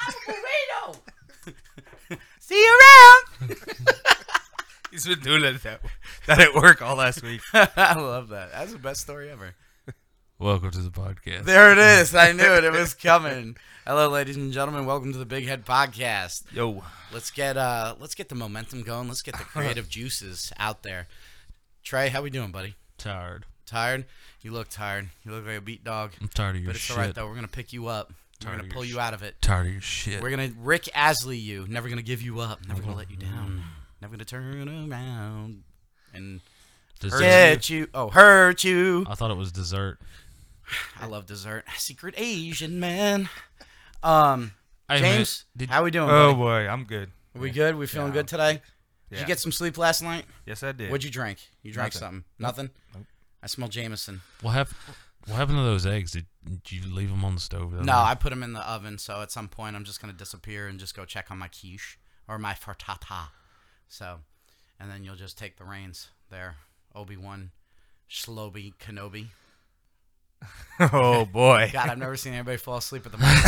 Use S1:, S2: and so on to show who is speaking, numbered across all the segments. S1: See you around.
S2: He's been doing it that, that at work all last week.
S1: I love that. That's the best story ever.
S2: Welcome to the podcast.
S1: There it is. I knew it. It was coming. Hello, ladies and gentlemen. Welcome to the Big Head Podcast.
S2: Yo,
S1: Let's get uh let's get the momentum going. Let's get the creative juices out there. Trey, how we doing, buddy?
S2: tired.
S1: Tired? You look tired. You look like a beat dog.
S2: I'm tired of your
S1: But it's
S2: shit.
S1: all right though. We're gonna pick you up. We're
S2: Tired of
S1: gonna
S2: your
S1: pull
S2: sh-
S1: you out of it.
S2: Tired of your shit.
S1: We're gonna Rick Asley you. Never gonna give you up. Never gonna let you down.
S2: Mm.
S1: Never gonna turn around and
S2: Dessert.
S1: hurt you. Oh, hurt you.
S2: I thought it was dessert.
S1: I love dessert. Secret Asian man. Um,
S2: Hey, man,
S1: James,
S2: did-
S1: how we doing?
S3: Oh
S1: buddy?
S3: boy, I'm good.
S1: Are we good? We feeling good today? Did
S3: Yeah.
S1: you get some sleep last night?
S3: Yes, I did.
S1: What'd you drink? You drank
S3: Nothing.
S1: something? Nothing. I smell Jameson.
S2: what happened? What happened to those eggs? Did, did you leave them on the stove? the other
S1: No,
S2: night?
S1: I put them in the oven. So at some point, I'm just gonna disappear and just go check on my quiche or my fartata. So, and then you'll just take the reins there, Obi Wan, Shlobi Kenobi.
S3: oh boy.
S1: God, I've never seen anybody fall asleep at the mic like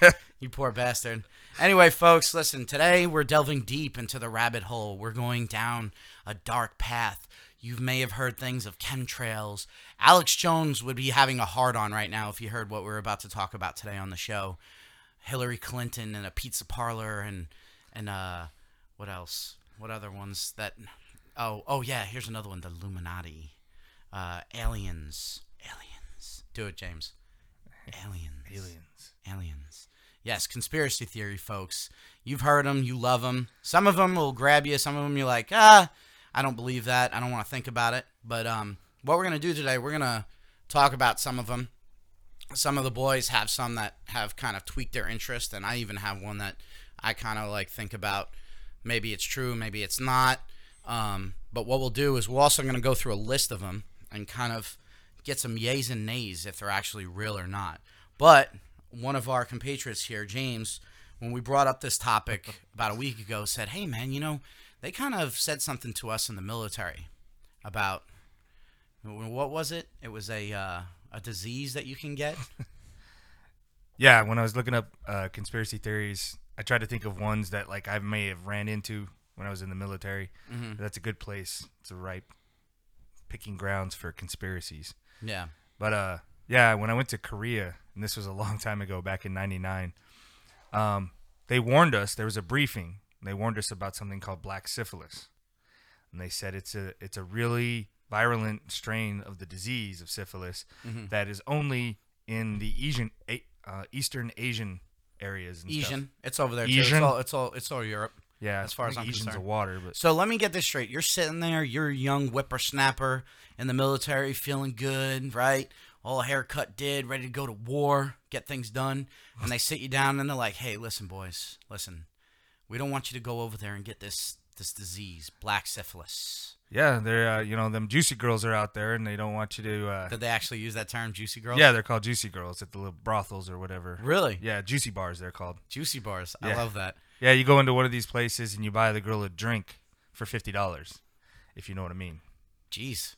S1: that. you poor bastard. Anyway, folks, listen, today we're delving deep into the rabbit hole. We're going down a dark path. You may have heard things of chemtrails. Alex Jones would be having a hard on right now if he heard what we're about to talk about today on the show. Hillary Clinton and a pizza parlor and and uh what else? What other ones that Oh, oh yeah, here's another one, the Illuminati. Uh aliens. Aliens. Do it, James. Aliens.
S3: Aliens.
S1: Aliens. Yes, conspiracy theory, folks. You've heard them. You love them. Some of them will grab you. Some of them you're like, ah, I don't believe that. I don't want to think about it. But um, what we're gonna do today, we're gonna talk about some of them. Some of the boys have some that have kind of tweaked their interest, and I even have one that I kind of like think about. Maybe it's true, maybe it's not. Um, but what we'll do is we're also gonna go through a list of them and kind of get some yays and nays if they're actually real or not. But one of our compatriots here, James, when we brought up this topic about a week ago, said, Hey, man, you know, they kind of said something to us in the military about what was it? It was a, uh, a disease that you can get.
S3: Yeah, when I was looking up uh, conspiracy theories, I tried to think of ones that like I may have ran into when I was in the military.
S2: Mm-hmm.
S3: That's a good place. It's a ripe picking grounds for conspiracies.
S1: yeah.
S3: But uh, yeah, when I went to Korea, and this was a long time ago, back in '99, um, they warned us. There was a briefing. And they warned us about something called black syphilis, and they said it's a it's a really virulent strain of the disease of syphilis
S1: Mm-hmm.
S3: that is only in the Asian A- uh, Eastern Asian areas. And stuff.
S1: Asian. It's over there, too. It's
S3: Asian?
S1: all, it's all, it's all Europe.
S3: Yeah,
S1: As far
S3: I
S1: as
S3: think
S1: I'm
S3: Asians
S1: concerned.
S3: a water, but
S1: So let me get this straight. You're sitting there, you're a young whippersnapper in the military, feeling good, right? All haircut did, ready to go to war, get things done. And they sit you down and they're like, hey, listen, boys, listen. We don't want you to go over there and get this this disease, black syphilis.
S3: yeah, they're uh, you know them juicy girls are out there, and they don't want you to. Uh,
S1: Did they actually use that term, juicy girls?
S3: yeah, they're called juicy girls at the little brothels or whatever.
S1: Really?
S3: Yeah, juicy bars they're called.
S1: Juicy bars. I
S3: Yeah.
S1: love that.
S3: Yeah, you go into one of these places and you buy the girl a drink for fifty dollars, if you know what I mean,
S1: Jeez.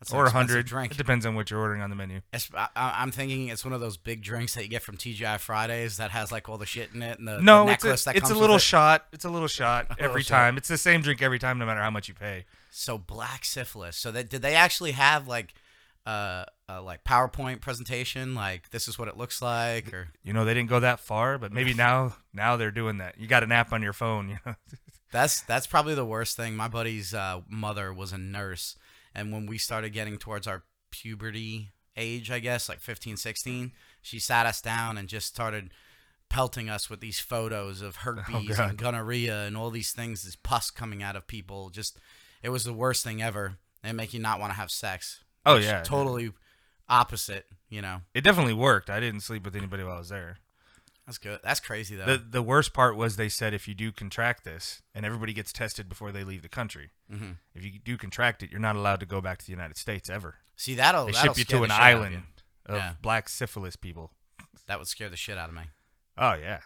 S1: That's an
S3: or a
S1: expensive
S3: hundred. It
S1: Drink.
S3: depends on what you're ordering on the menu.
S1: It's- I, I- I'm thinking it's one of those big drinks that you get from TGI Fridays that has like all the shit in it and the, the
S3: No, it's
S1: necklace
S3: a,
S1: that
S3: it's
S1: comes
S3: a
S1: with
S3: little
S1: it.
S3: shot. It's a little shot
S1: little
S3: every
S1: shot.
S3: time. It's the same drink every time, no matter how much you pay.
S1: So black syphilis. So that did they actually have like uh, uh like PowerPoint presentation like this is what it looks like or
S3: You know they didn't go that far, but maybe now now they're doing that. You got an app on your phone. You know?
S1: that's that's probably the worst thing. My buddy's uh, mother was a nurse and when we started getting towards our puberty age, I guess, like 15, 16, she sat us down and just started pelting us with these photos of herpes and
S3: Oh, God.
S1: gonorrhea and all these things, this pus coming out of people. Just it was the worst thing ever. They make you not want to have sex.
S3: Oh,
S1: which
S3: yeah.
S1: totally opposite. You know,
S3: It definitely worked. I didn't sleep with anybody while I was there.
S1: that's good. That's crazy though.
S3: The the worst part was they said if you do contract this, and everybody gets tested before they leave the country.
S1: Mhm.
S3: If you do contract it, you're not allowed to go back to the United States ever.
S1: See, that'll
S3: They
S1: Oh, that'll
S3: ship you
S1: scare
S3: to
S1: the
S3: an
S1: shit out of
S3: island
S1: you.
S3: of
S1: Yeah.
S3: black syphilis people.
S1: That would scare the shit out of me.
S3: Oh yeah.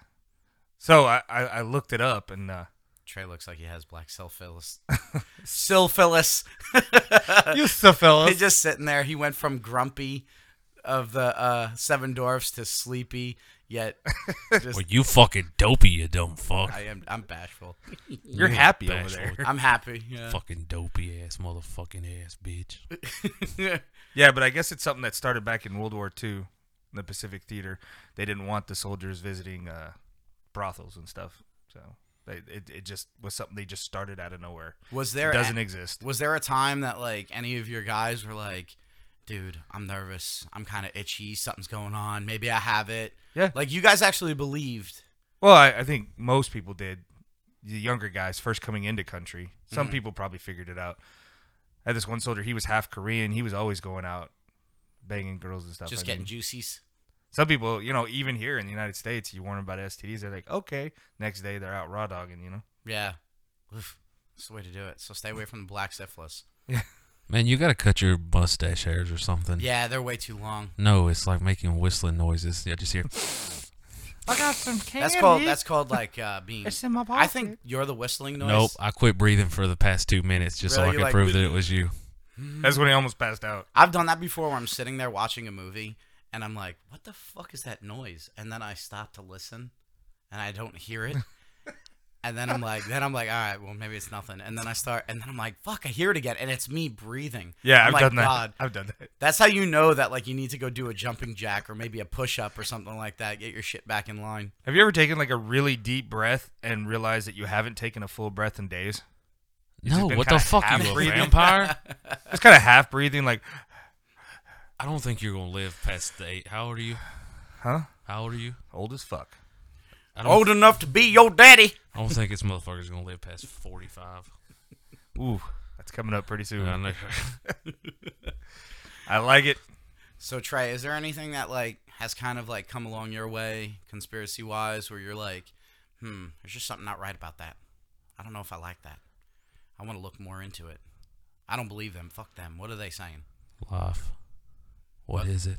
S3: So I, I, I looked it up and uh,
S1: Trey looks like he has black syphilis. syphilis.
S3: you syphilis.
S1: He's just sitting there. He went from grumpy of the uh, Seven Dwarfs to sleepy yet.
S4: Well, you fucking dopey, you dumb fuck.
S1: I am I'm bashful.
S3: You're happy over
S4: bashful.
S3: there.
S1: I'm happy. Yeah.
S4: Fucking dopey ass motherfucking ass bitch.
S3: Yeah, but I guess it's something that started back in World War II, in the Pacific Theater. They didn't want the soldiers visiting uh, brothels and stuff, so they, it it just was something they just started out of nowhere.
S1: Was
S3: It
S1: there
S3: doesn't
S1: a,
S3: exist.
S1: was there a time that like any of your guys were like, dude, I'm nervous. I'm kind of itchy. Something's going on. Maybe I have it.
S3: Yeah.
S1: Like you guys actually believed.
S3: Well, I, I think most people did. The younger guys first coming into country, some
S1: Mm-hmm.
S3: people probably figured it out. I had this one soldier; he was half Korean. He was always going out, banging girls and stuff.
S1: Just
S3: I
S1: getting
S3: mean,
S1: juicies.
S3: some people, you know, even here in the United States, you warn them about STDs, they're like, okay. Next day, they're out raw dogging. You know.
S1: Yeah. Oof. That's the way to do it. So stay away from the black syphilis.
S4: Man, you gotta cut your mustache hairs or something.
S1: Yeah, they're way too long.
S4: No, it's like making whistling noises. I just hear.
S3: I got some candy.
S1: That's called that's called like uh, being.
S3: It's in my
S1: I think you're the whistling noise.
S4: Nope, I quit breathing for the past two minutes just
S1: Really?
S4: so I
S1: You
S4: could
S1: like-
S4: prove that it was you.
S1: Mm-hmm.
S3: That's when he almost passed out.
S1: I've done that before where I'm sitting there watching a movie and I'm like, what the fuck is that noise? And then I stop to listen and I don't hear it. and then I'm like, then I'm like, all right, well, maybe it's nothing. And then I start, and then I'm like, fuck, I hear it again. And it's me breathing.
S3: Yeah,
S1: I'm
S3: I've
S1: like,
S3: done that.
S1: Oh God.
S3: I've done that.
S1: That's how you know that, like, you need to go do a jumping jack or maybe a push up or something like that. Get your shit back in line.
S3: Have you ever taken like a really deep breath and realized that you haven't taken a full breath in days?
S4: No,
S3: been
S4: what the
S3: kinda
S4: fuck, you a
S3: half-breathing?
S4: vampire?
S3: It's kind of half breathing, like,
S4: I don't think you're gonna live past the eight. How old are you?
S3: huh?
S4: How old are you?
S3: Old as fuck.
S4: I don't,
S1: Old enough to be your daddy.
S4: I don't think this motherfucker's gonna live past forty-five.
S3: Ooh, that's coming up pretty soon.
S4: I know.
S3: I like it.
S1: So, Trey, is there anything that, like, has kind of, like, come along your way, conspiracy wise, where you're like, hmm, there's just something not right about that? I don't know if I like that. I want to look more into it. I don't believe them. Fuck them. What are they saying?
S4: life. what is it?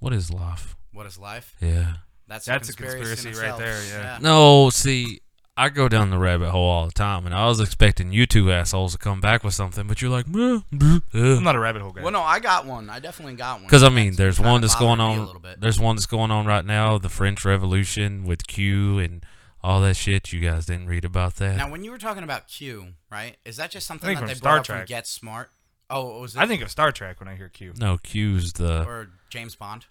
S4: What is life?
S1: What is life?
S4: Yeah.
S1: That's,
S3: That's
S1: a
S3: a
S1: conspiracy, in
S3: conspiracy right
S1: itself.
S3: there, yeah.
S4: No, see, I go down the rabbit hole all the time, and I was expecting you two assholes to come back with something, but you're like,
S3: I'm not a rabbit hole guy.
S1: Well, no, I got one. I definitely got one.
S4: because I mean, there's
S1: kinda
S4: one that's
S1: bothered
S4: going
S1: me a little
S4: on.
S1: bit.
S4: There's one that's going on right now, the French Revolution with Q and all that shit. You guys didn't read about that?
S1: Now, when you were talking about Q, right? Is that just something
S3: think
S1: that
S3: from
S1: they
S3: Star
S1: brought up from
S3: Trek.
S1: Get Smart? Oh, was it?
S3: I think of Star Trek when I hear Q.
S4: no, Q's the.
S1: or James Bond.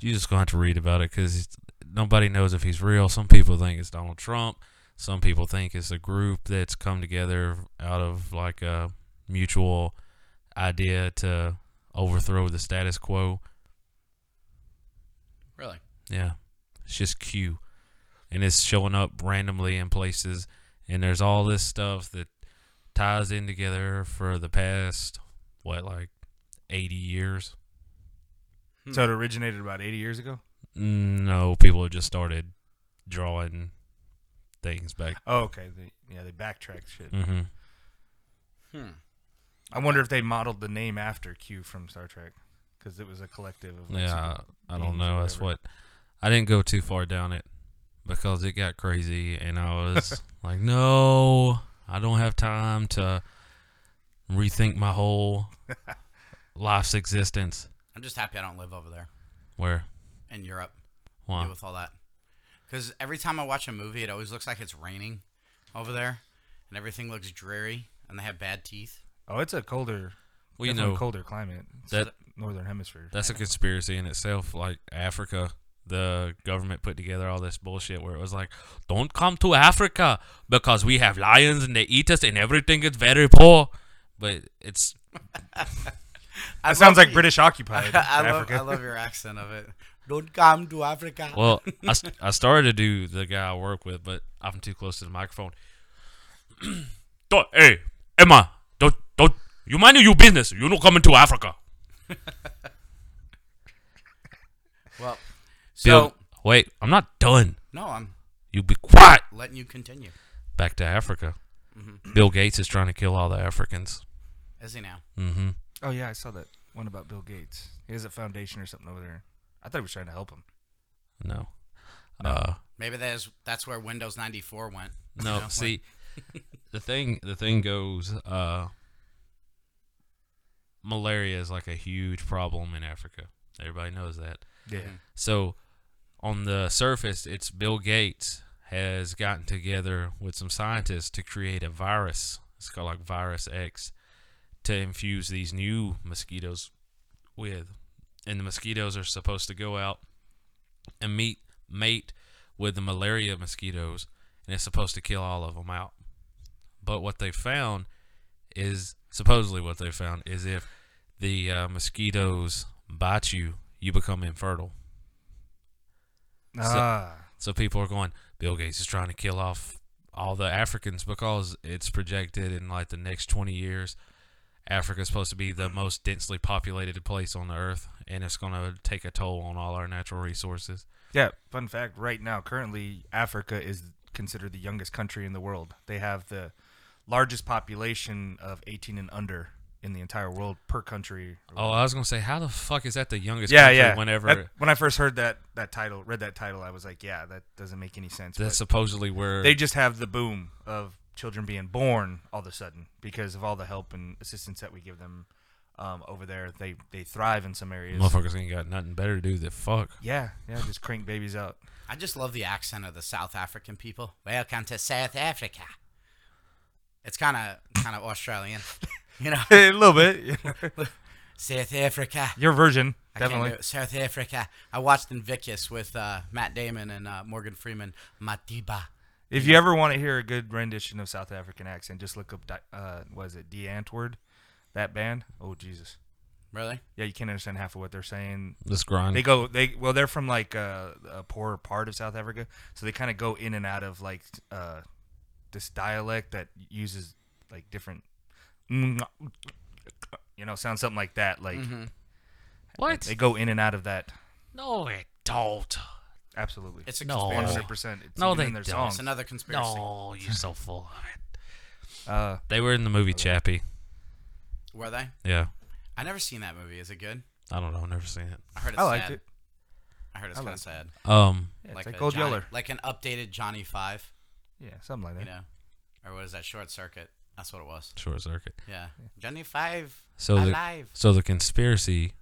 S4: you just gonna have to read about it because nobody knows if he's real. Some people think it's Donald Trump. Some people think it's a group that's come together out of like a mutual idea to overthrow the status quo.
S1: Really?
S4: Yeah, it's just Q, and it's showing up randomly in places. And there's all this stuff that ties in together for the past what like 80 years.
S1: Hmm.
S3: So it originated about 80 years ago?
S4: No, people have just started drawing things back
S3: Oh, okay. They, yeah, they backtracked shit.
S4: Mm-hmm.
S1: Hmm.
S3: I wonder if they modeled the name after Q from Star Trek because it was a collective of. like,
S4: Yeah,
S3: super-
S4: I, I don't
S3: beings
S4: know.
S3: or
S4: That's
S3: whatever.
S4: what I didn't go too far down it because it got crazy, and I was like, no, I don't have time to rethink my whole life's existence.
S1: I'm just happy I don't live over there
S4: Where,
S1: in Europe.
S4: wow,
S1: Deal with all that. Because every time I watch a movie, it always looks like it's raining over there, and everything looks dreary, and they have bad teeth.
S3: Oh, it's a colder.
S4: well, you
S3: definitely
S4: know,
S3: colder climate. It's
S4: that-
S3: northern hemisphere.
S4: that's a conspiracy in itself. Like Africa, the government put together all this bullshit where it was like, don't come to Africa because we have lions and they eat us and everything is very poor. But it's
S1: I
S3: That sounds
S1: love
S3: like
S1: your-
S3: British occupied
S1: I love,
S3: Africa.
S1: I love your accent of it. Don't come to Africa.
S4: Well, I, st- I started to do the guy I work with, but I'm too close to the microphone. don't, hey, Emma, don't, don't, you mind your business. You're not coming to Africa.
S1: Well, so
S4: Bill, wait, I'm not done.
S1: no, I'm
S4: You be quiet.
S1: letting you continue.
S4: Back to Africa. Bill Gates is trying to kill all the Africans.
S1: Is he now?
S4: hmm
S3: Oh yeah, I saw that one about Bill Gates. He has a foundation or something over there. I thought he was trying to help him.
S4: No. Uh,
S1: Maybe that is that's where Windows 94 went.
S4: No,
S1: know,
S4: see, the thing the thing goes. Uh,
S1: Mm-hmm.
S4: malaria is like a huge problem in Africa. Everybody knows that.
S3: Yeah.
S4: So on the surface, it's Bill Gates has gotten together with some scientists to create a virus. It's called like Virus X to infuse these new mosquitoes with. And the mosquitoes are supposed to go out and meet mate with the malaria mosquitoes and it's supposed to kill all of them out. But what they found is supposedly what they found is if the uh, mosquitoes bite you, you become infertile.
S3: ah,
S4: So people are going, Bill Gates is trying to kill off all the Africans because it's projected in like the next 20 years, Africa's supposed to be the most densely populated place on the earth, and it's going to take a toll on all our natural resources.
S3: yeah. Fun fact: right now, currently, Africa is considered the youngest country in the world. They have the largest population of 18 and under in the entire world per country.
S4: Oh, I was going to say, how the fuck is that the youngest
S3: yeah,
S4: country
S3: yeah.
S4: whenever
S3: That- when I first heard that that title, read that title, I was like, yeah, that doesn't make any sense.
S4: that's
S3: But
S4: supposedly where
S3: they just have the boom of children being born all of a sudden because of all the help and assistance that we give them um, over there. They they thrive in some areas.
S4: motherfuckers ain't got nothing better to do than fuck.
S3: Yeah, yeah, just crank babies out.
S1: I just love the accent of the South African people. Welcome to South Africa. It's kind of kind of Australian, you know.
S3: a little bit.
S1: South Africa.
S3: Your version,
S1: I can't
S3: definitely.
S1: do it. South Africa. I watched Invictus with uh, Matt Damon and uh, Morgan Freeman. Matiba.
S3: If you ever want to hear a good rendition of South African accent, just look up, Di- uh, was it De Antwoord, that band? Oh Jesus!
S1: Really?
S3: Yeah, you can't understand half of what they're saying.
S4: This grind.
S3: They go, they well, they're from like uh, a poorer part of South Africa, so they kind of go in and out of like uh, this dialect that uses like different, you know, sounds something like that. Like
S1: Mm-hmm.
S4: what?
S3: they go in and out of that.
S4: no, it don't.
S3: Absolutely,
S1: It's a
S4: No.
S1: conspiracy.
S3: 100%. It's
S4: No,
S3: even
S4: they
S3: in their
S4: don't.
S1: It's
S3: songs.
S1: another conspiracy.
S4: No, Oh, you're so full of it.
S3: Uh,
S4: They were in the movie Chappie.
S1: Were they?
S4: Yeah.
S1: I never seen that movie. Is it good?
S4: I don't know. I've never seen it.
S1: I heard it's
S3: I liked
S1: sad.
S3: it.
S1: I heard it's
S3: I
S1: kind of
S3: liked it.
S1: sad.
S4: Um,
S3: Yeah, it's
S1: like,
S3: like,
S1: a
S3: Old
S1: Johnny-
S3: Yeller.
S1: like an updated Johnny Five,
S3: Yeah, something like that.
S1: you know, or what is that? Short Circuit. That's what it was.
S4: short circuit.
S1: Yeah, Johnny Five
S4: So the
S1: alive.
S4: so the conspiracy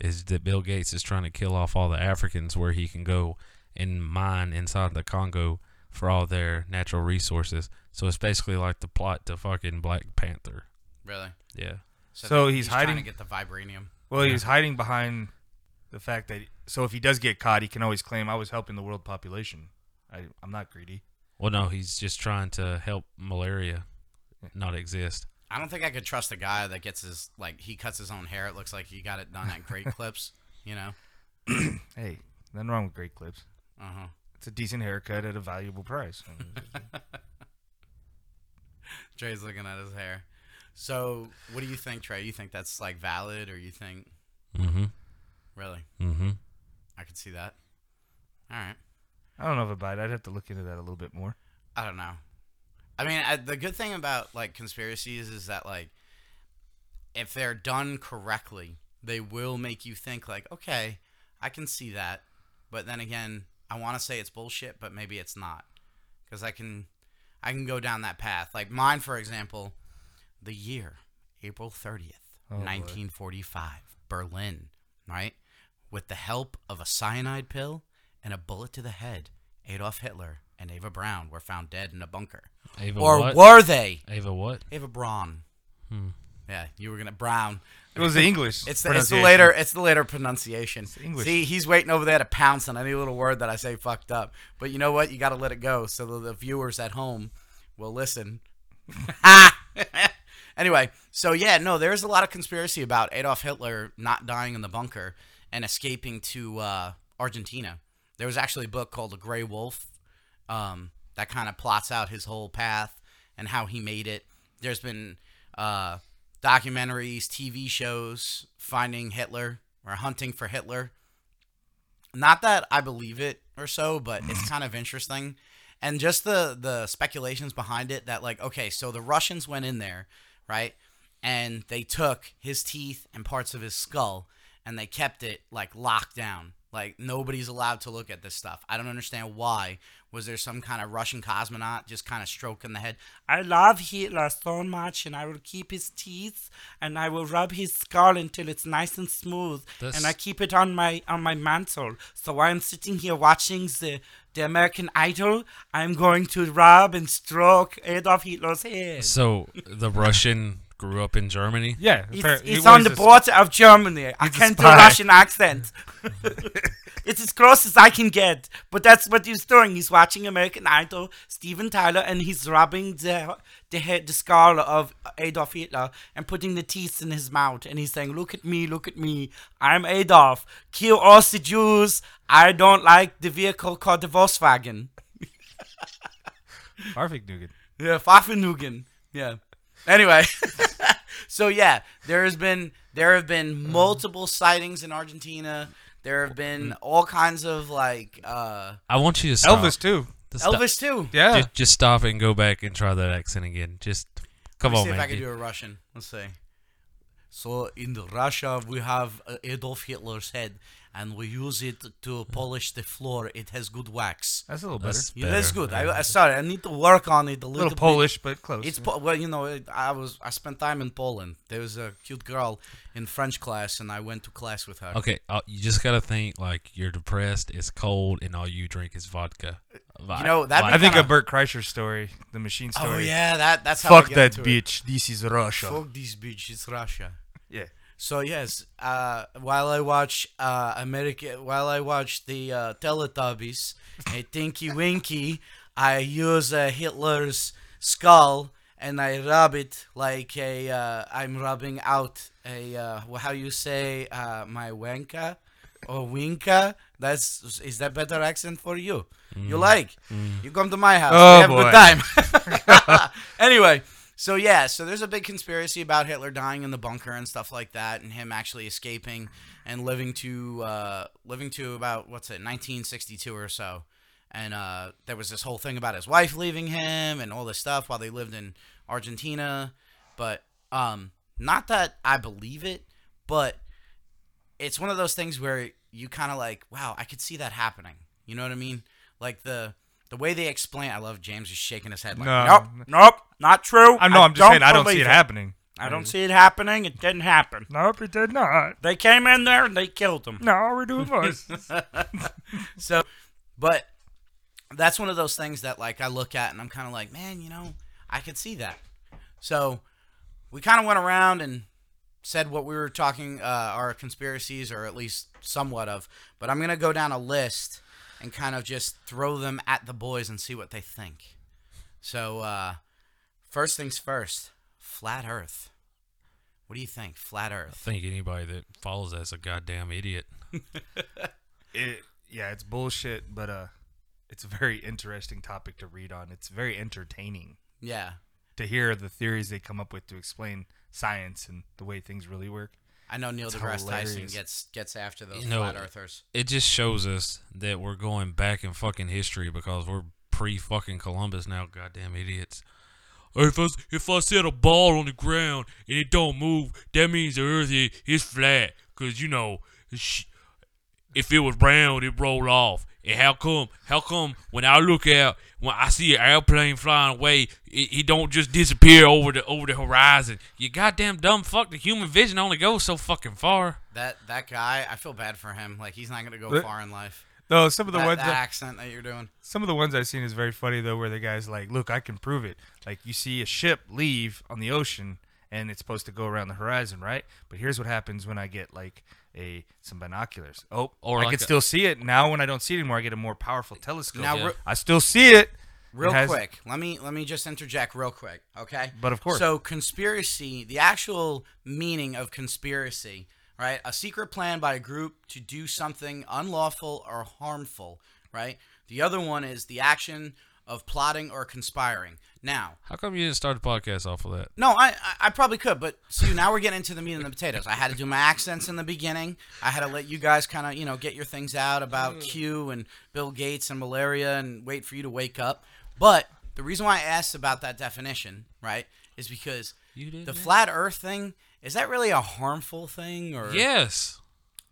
S4: is that Bill Gates is trying to kill off all the Africans where he can go and mine inside the Congo for all their natural resources. So it's basically like the plot to fucking Black Panther.
S1: Really?
S4: Yeah.
S3: So
S1: the-
S3: he's
S1: trying to
S3: hiding-
S1: get the vibranium.
S3: Well, he's hiding behind the fact that so if he does get caught, he can always claim I was helping the world population. I, I'm not greedy.
S4: Well, no, he's just trying to help malaria not exist.
S1: I don't think I could trust a guy that gets his like he cuts his own hair. It looks like he got it done at Great Clips. You know.
S3: Hey, nothing wrong with great clips.
S1: Uh huh.
S3: It's a decent haircut at a valuable price.
S1: Trey's looking at his hair. So what do you think, Trey? You think that's like valid, or you think
S4: Mm-hmm.
S1: really?
S4: Mm-hmm.
S1: I could see that. All right.
S3: I don't know if I buy it. I'd have to look into that a little bit more.
S1: I don't know. I mean, I, the good thing about like conspiracies is that like if they're done correctly, they will make you think like, okay, I can see that, but then again, I want to say it's bullshit, but maybe it's not, because I can, I can go down that path. Like mine, for example, the year April thirtieth,
S3: Oh, boy.
S1: nineteen forty-five, Berlin, right? With the help of a cyanide pill and a bullet to the head, Adolf Hitler and Ava Braun were found dead in a bunker.
S4: Ava
S1: or
S4: what?
S1: were they?
S4: Ava what?
S1: Ava Braun.
S4: Hmm.
S1: Yeah, you were gonna Brown.
S3: It was the English.
S1: It's the, it's the later
S3: pronunciation.
S1: it's the later pronunciation.
S3: English.
S1: See, he's waiting over there to pounce on any little word that I say fucked up. But you know what? You got to let it go so that the viewers at home will listen. anyway, so yeah, no, there's a lot of conspiracy about Adolf Hitler not dying in the bunker and escaping to uh, Argentina. There was actually a book called The Gray Wolf um, that kind of plots out his whole path and how he made it. There's been uh, documentaries, TV shows finding Hitler or hunting for Hitler. Not that I believe it or so, but
S3: Mm-hmm.
S1: it's kind of interesting. And just the the speculations behind it that like okay, so the Russians went in there, right? And they took his teeth and parts of his skull and they kept it like locked down Like nobody's allowed to look at this stuff. I don't understand why. Was there some kind of Russian cosmonaut just kind of stroking the head? I love Hitler so much, and I will keep his teeth, and I will rub his skull until it's nice and smooth,
S4: That's-
S1: and I keep it on my on my mantle. So I'm sitting here watching the the American Idol. I'm going to rub and stroke Adolf Hitler's head.
S4: So the Russian grew up in Germany.
S3: Yeah, appar-
S1: It's,
S3: he
S1: it's on
S3: was
S1: the
S3: a-
S1: border of Germany. I can't do
S3: spy.
S1: Russian accent. it's as close as I can get. But that's what he's doing. He's watching American Idol, Steven Tyler, and he's rubbing the the head, the skull of Adolf Hitler and putting the teeth in his mouth. And he's saying, "Look at me, look at me. I'm Adolf. Kill all the Jews. I don't like the vehicle called the Volkswagen.
S3: Perfect, dude.
S1: Yeah, Pfaffenhugen. Yeah. Anyway, so yeah, there has been there have been multiple sightings in Argentina. There have been all kinds of like uh
S4: I want you to stop.
S3: Elvis too.
S4: to stop-
S1: Elvis too.
S3: Yeah,
S4: Just, just stop and go back and try that accent again. Just come
S1: Let's
S4: on,
S1: see
S4: man.
S1: if I can do a Russian. Let's see. So in Russia, we have uh, Adolf Hitler's head, and we use it to polish the floor. It has good wax.
S3: that's a little better.
S4: That's
S1: Yeah, that's
S4: better.
S1: good. I, I sorry, I need to work on it
S3: a
S1: a little,
S3: little
S1: bit.
S3: Polish, but close.
S1: It's po- well, you know, it, I was I spent time in Poland. There was a cute girl in French class, and I went to class with her.
S4: Okay, uh, you just gotta think like you're depressed, it's cold, and all you drink is vodka. Vi-
S1: You know, that'd be
S4: vi-
S3: I think
S1: kinda-
S3: of Bert Kreischer story, the machine story.
S1: Oh yeah, that that's how I
S3: Fuck
S1: get
S3: that
S1: into it.
S3: bitch. This is Russia.
S1: Fuck this bitch. It's Russia.
S3: Yeah.
S1: So yes, uh, while I watch uh, America, while I watch the uh, Teletubbies, a Tinky Winky, I use uh, Hitler's skull and I rub it like a uh, I'm rubbing out a uh, wh- how you say uh, my wenka or winka. That's is that better accent for you? You like? You come to my house.
S3: Oh,
S1: we have a
S3: boy.
S1: good time time. anyway, so yeah, so there's a big conspiracy about Hitler dying in the bunker and stuff like that, and him actually escaping and living to uh, living to about what's it, 1962 or so. And uh, there was this whole thing about his wife leaving him and all this stuff while they lived in Argentina. But um, not that I believe it, but it's one of those things where you kind of like, wow, I could see that happening. You know what I mean? Like the the way they explain. I love James just shaking his head like,
S3: No.
S1: nope, nope, not true.
S3: I know. I'm just saying. I don't
S1: believe
S3: see it happening.
S1: I don't see it happening. It didn't happen.
S3: Nope, it did not.
S1: They came in there and they killed him.
S3: No, we're doing voices.
S1: So, but that's one of those things that like I look at and I'm kind of like, man, you know, I could see that. So we kind of went around and said what we were talking uh, our conspiracies or at least somewhat of. But I'm gonna go down a list and kind of just throw them at the boys and see what they think. So uh, first things first, flat Earth. What do you think, flat
S4: I
S1: Earth?
S4: think anybody that follows that's a goddamn idiot.
S3: It- yeah, it's bullshit, but uh, it's a very interesting topic to read on. It's very entertaining
S1: Yeah,
S3: to hear the theories they come up with to explain science and the way things really work.
S1: I know Neil
S3: It's
S1: deGrasse Tyson
S3: hilarious.
S1: gets gets after those
S4: You know,
S1: flat Earthers.
S4: It just shows us that we're going back in fucking history because we're pre fucking Columbus now, goddamn idiots. If I, if I set a ball on the ground and it don't move, that means the earth is, is flat. Cause you know, sh- if it was round, it roll off. And how come? How come when I look out, when I see an airplane flying away, it, it don't just disappear over the over the horizon? You goddamn dumb fuck. The human vision only goes so fucking far.
S1: That that guy, I feel bad for him. Like he's not gonna go
S3: What?
S1: far in life.
S3: Though some of the
S1: That,
S3: ones
S1: that
S3: that,
S1: accent that you're doing.
S3: some of the ones I've seen is very funny though, where the guy's like, "Look, I can prove it." Like you see a ship leave on the ocean, and it's supposed to go around the horizon, right? But here's what happens when I get like a some binoculars. Oh,
S4: Or
S3: I
S4: like
S3: can
S4: a-
S3: still see it now. When I don't see it anymore, I get a more powerful telescope.
S1: Now,
S4: Yeah.
S1: re-
S3: I still see it.
S1: real
S3: It has-
S1: quick, let me let me just interject real quick, okay?
S3: But of course.
S1: So conspiracy, the actual meaning of conspiracy, right? A secret plan by a group to do something unlawful or harmful, right? The other one is the action of plotting or conspiring. Now,
S4: How come you didn't start the podcast off of that?
S1: No, I I- I probably could, but see, now we're getting into the meat and the potatoes. I had to do my accents in the beginning. I had to let you guys kind of you know get your things out about Q and Bill Gates and malaria and wait for you to wake up. But the reason why I asked about that definition, right, is because
S4: You did
S1: the flat Earth thing is that really a harmful thing or
S4: Yes.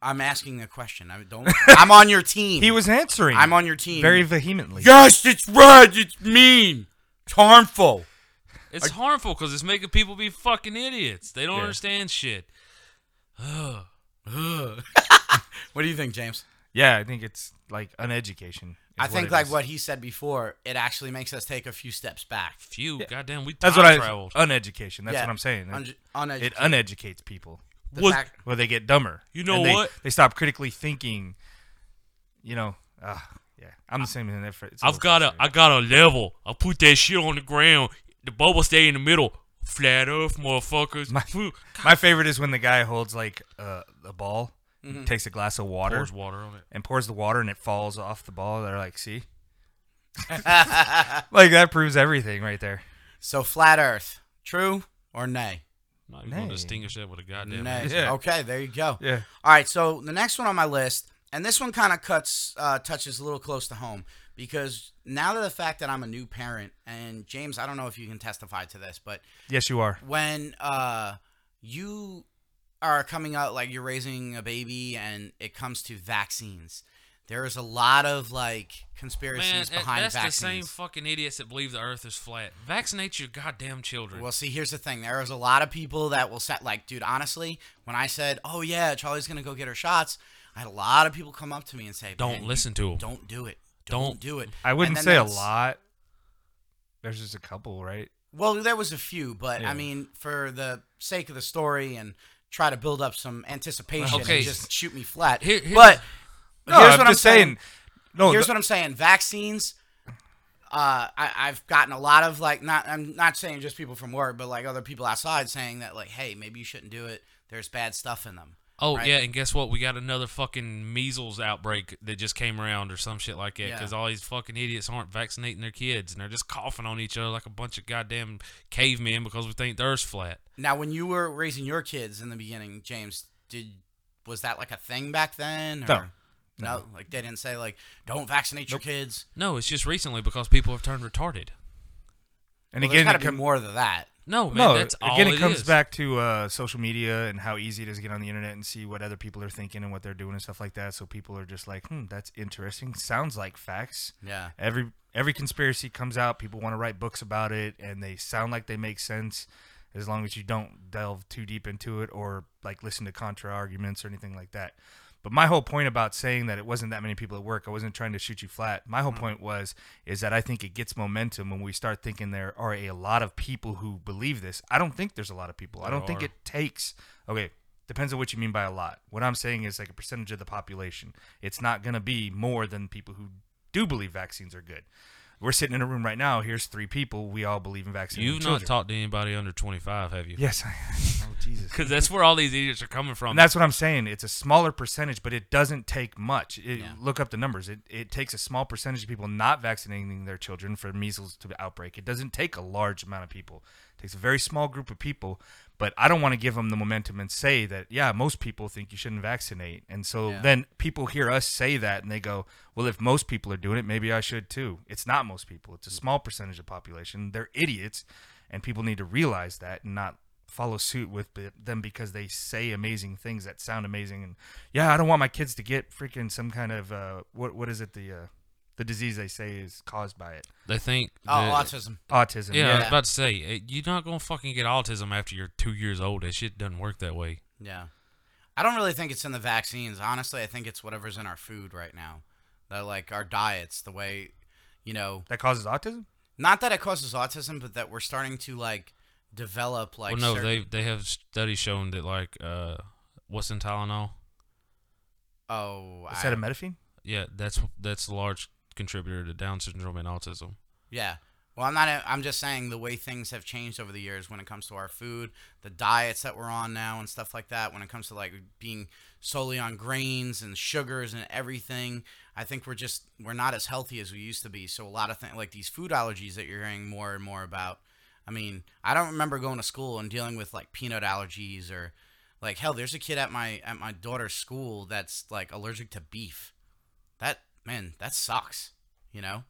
S1: I'm asking a question. I don't. I'm on your team.
S3: He was answering.
S1: I'm on your team.
S3: very vehemently.
S1: Yes, it's red. It's mean. It's harmful.
S4: It's harmful because it's making people be fucking idiots. They don't
S3: Yeah.
S4: understand shit. Ugh. Ugh.
S1: What do you think, James?
S3: Yeah, I think it's like an education. is
S1: I think
S3: it
S1: like
S3: is.
S1: what he said before, it actually makes us take a few steps back.
S4: Phew, goddamn, we time
S3: That's what I
S4: traveled.
S3: uneducation. That's
S1: Yeah.
S3: what I'm saying.
S1: Un-
S3: it
S1: uneducated.
S3: uneducates people.
S1: The
S4: was-
S1: fact-
S3: Well, they get dumber.
S4: You know
S3: And they,
S4: what?
S3: They stop critically thinking. You know, uh, yeah. I'm the same in that. fr- it's a
S4: I've
S3: little
S4: got a,
S3: frustrating.
S4: I got a level. I put that shit on the ground. The bubble stay in the middle. Flat Earth, motherfuckers.
S3: My-
S4: Phew,
S3: My favorite is when the guy holds like uh, a ball, takes a glass of water,
S4: pours water on it.
S3: and pours the water, and it falls off the ball. They're like, see, like that proves everything right there.
S1: So flat Earth, true or nay?
S4: Not even gonna
S3: Nay.
S4: distinguish that with a goddamn.
S1: nay.
S4: answer.
S3: Yeah.
S1: Okay, there you go.
S3: Yeah.
S1: All right. So the next one on my list, and this one kind of cuts uh, touches a little close to home because now that the fact that I'm a new parent, and James, I don't know if you can testify to this, but
S3: Yes, you are.
S1: when uh you are coming out like you're raising a baby and it comes to vaccines there is a lot of like conspiracies
S4: Man, that-
S1: behind
S4: that's the same
S1: vaccines
S4: fucking idiots that believe the Earth is flat. Vaccinate your goddamn children.
S1: well see here's the thing there is a lot of people that will set like dude honestly when i said oh yeah charlie's gonna go get her shots i had a lot of people come up to me and say
S4: don't
S1: "Man,
S4: listen to them.
S1: don't do it
S4: Don't.
S1: don't, do it
S3: I wouldn't
S1: then
S3: say a
S1: that's-
S3: lot. There's just a couple, right?
S1: Well, there was a few, but
S3: Yeah.
S1: I mean, for the sake of the story and try to build up some anticipation,
S4: Okay.
S1: and just shoot me flat.
S4: Here- here-
S1: but
S3: No,
S1: here's
S3: I'm
S1: what
S3: just
S1: I'm saying.
S3: No,
S1: here's
S3: Oh, the-
S1: what I'm saying. Vaccines. Uh, I, I've gotten a lot of like not. I'm not saying just people from work, but like other people outside saying that like, hey, maybe you shouldn't do it. There's bad stuff in them.
S4: Oh
S1: right?
S4: yeah, and guess what? We got another fucking measles outbreak that just came around or some shit like that
S1: Yeah.
S4: because all these fucking idiots aren't vaccinating their kids and they're just coughing on each other like a bunch of goddamn cavemen because we think the Earth's flat.
S1: Now, when you were raising your kids in the beginning, James, did was that like a thing back then? Or,
S3: No.
S1: no, like they didn't say like, don't vaccinate your kids.
S4: No, it's just recently because people have turned retarded.
S3: and again,
S1: Well, there's
S3: it
S1: got to
S3: com-
S1: be more than that.
S4: No, man,
S3: no,
S4: that's all
S3: again, it,
S4: it
S3: comes
S4: is.
S3: back to uh, social media and how easy it is to get on the internet and see what other people are thinking and what they're doing and stuff like that. So people are just like, "Hmm, that's interesting. Sounds like facts."
S1: Yeah.
S3: Every every conspiracy comes out. People want to write books about it, and they sound like they make sense as long as you don't delve too deep into it or like listen to contra arguments or anything like that. But my whole point about saying that it wasn't that many people at work, I wasn't trying to shoot you flat. My
S4: Hmm.
S3: whole point was is that I think it gets momentum when we start thinking there are a lot of people who believe this. I don't think there's a lot of people. I
S4: There
S3: don't think
S4: are.
S3: it takes okay, depends on what you mean by a lot. What I'm saying is like a percentage of the population. It's not gonna be more than people who do believe vaccines are good. We're sitting in a room right now, here's three people, we all believe in vaccines.
S4: You've
S3: in
S4: not
S3: children.
S4: talked to anybody under 25, have you?
S3: Yes, I Oh, Jesus.
S4: Because that's where all these idiots are coming from.
S3: And that's what I'm saying. It's a smaller percentage, but it doesn't take much. It,
S1: Yeah.
S3: Look up the numbers. It, it takes a small percentage of people not vaccinating their children for measles to outbreak. It doesn't take a large amount of people. It takes a very small group of people. But I don't want to give them the momentum and say that, yeah, most people think you shouldn't vaccinate. And so
S1: Yeah.
S3: then people hear us say that and they go, well, if most people are doing it, maybe I should too. It's not most people. It's a
S1: Mm.
S3: small percentage of population. They're idiots, and people need to realize that and not follow suit with be- them because they say amazing things that sound amazing. And yeah, I don't want my kids to get freaking some kind of uh, what what is it the uh, the disease they say is caused by it
S4: they think.
S1: Oh,
S4: that-
S1: autism.
S3: autism.
S4: Yeah, I was
S1: Yeah.
S4: about to say, eh, you're not going to fucking get autism after you're two years old. That shit doesn't work that way.
S1: Yeah. I don't really think it's in the vaccines. Honestly, I think it's whatever's in our food right now. That like our diets, the way you know,
S3: that causes autism.
S1: not that it causes autism, but that we're starting to like develop like
S4: well, no,
S1: certain-
S4: they they have studies shown that like uh, what's in Tylenol?
S1: oh I,
S3: Is that a metaphine?
S4: Yeah, that's that's a large contributor to Down syndrome and autism.
S1: yeah. Well, I'm not. I'm just saying the way things have changed over the years when it comes to our food, the diets that we're on now, and stuff like that. When it comes to like being solely on grains and sugars and everything, I think we're just we're not as healthy as we used to be. So a lot of things like these food allergies that you're hearing more and more about. I mean, I don't remember going to school and dealing with like peanut allergies or like hell. There's a kid at my at my daughter's school that's like allergic to beef. That man, that sucks. You know,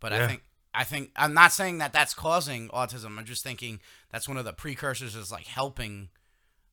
S1: but I
S3: Yeah.
S1: think I think I'm not saying that that's causing autism. I'm just thinking that's one of the precursors is like helping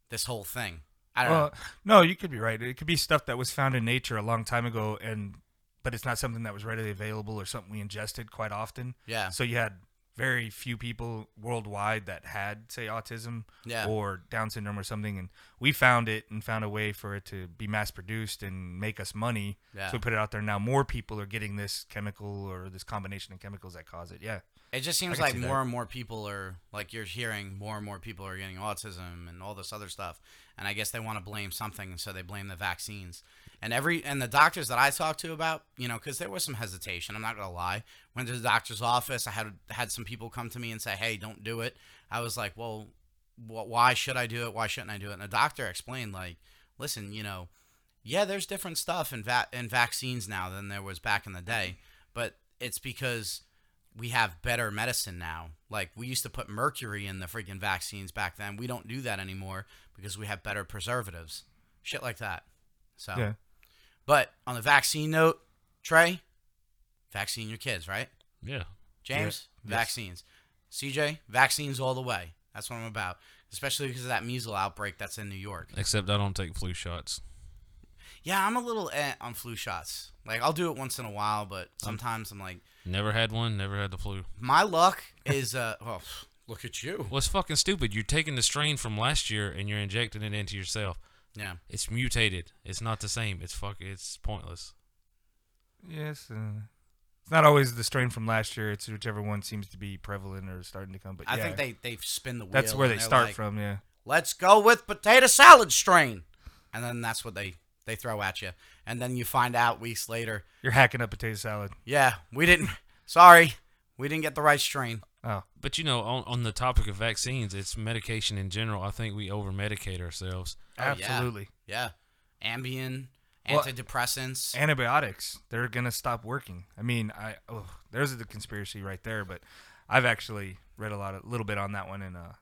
S1: this whole thing. I don't know.
S3: Well, no, you could be right. It could be stuff that was found in nature a long time ago, and but it's not something that was readily available or something we ingested quite often.
S1: Yeah.
S3: So you had very few people worldwide that had, say, autism
S1: Yeah.
S3: or Down syndrome or something, and we found it and found a way for it to be mass produced and make us money.
S1: Yeah.
S3: So we put it out there. Now more people are getting this chemical or this combination of chemicals that cause it. Yeah.
S1: It just seems
S3: can
S1: like
S3: see
S1: more
S3: that.
S1: and more people are like you're hearing more and more people are getting autism and all this other stuff, and I guess they want to blame something, and so they blame the vaccines. And every and the doctors that I talked to about, you know, because there was some hesitation. I'm not gonna lie. Went to the doctor's office. I had had some people come to me and say, "Hey, don't do it." I was like, "Well, wh- why should I do it? Why shouldn't I do it?" And the doctor explained, like, "Listen, you know, yeah, there's different stuff in va- in vaccines now than there was back in the day,
S3: Mm-hmm.
S1: but it's because we have better medicine now. Like we used to put mercury in the freaking vaccines back then. We don't do that anymore because we have better preservatives, shit like that. So,
S3: Yeah.
S1: but on the vaccine note, Trey, vaccine your kids, right?
S4: Yeah.
S1: James, vaccines. CJ, vaccines all the way. That's what I'm about. Especially because of that measles outbreak that's in New York.
S4: Except I don't take flu shots.
S1: Yeah, I'm a little eh on flu shots. Like I'll do it once in a while, but sometimes I'm like,
S4: Never had one. Never had the flu.
S1: my luck is uh. Well, look at you.
S4: Well, it's fucking stupid. You're taking the strain from last year and you're injecting it into yourself.
S1: Yeah.
S4: It's mutated. It's not the same. It's fuck. It's pointless.
S3: Yes. Uh, it's not always the strain from last year. It's whichever one seems to be prevalent or starting to come. But
S1: I
S3: yeah,
S1: think they they spin the wheel.
S3: that's where
S1: and
S3: they
S1: they're
S3: start
S1: like,
S3: from. Yeah.
S1: Let's go with potato salad strain, and then that's what they they throw at you, and then you find out weeks later.
S3: You're hacking up potato salad.
S1: Yeah, we didn't. Sorry, we didn't get the right strain.
S3: Oh,
S4: But you know, on, on the topic of vaccines, it's medication in general. I think we over medicate ourselves.
S1: yeah.
S3: absolutely.
S1: Yeah, Ambien,
S3: Well,
S1: antidepressants.
S3: Antibiotics, they're going to stop working. I mean, I oh, there's the conspiracy right there, but I've actually read a lot a little bit on that one and uh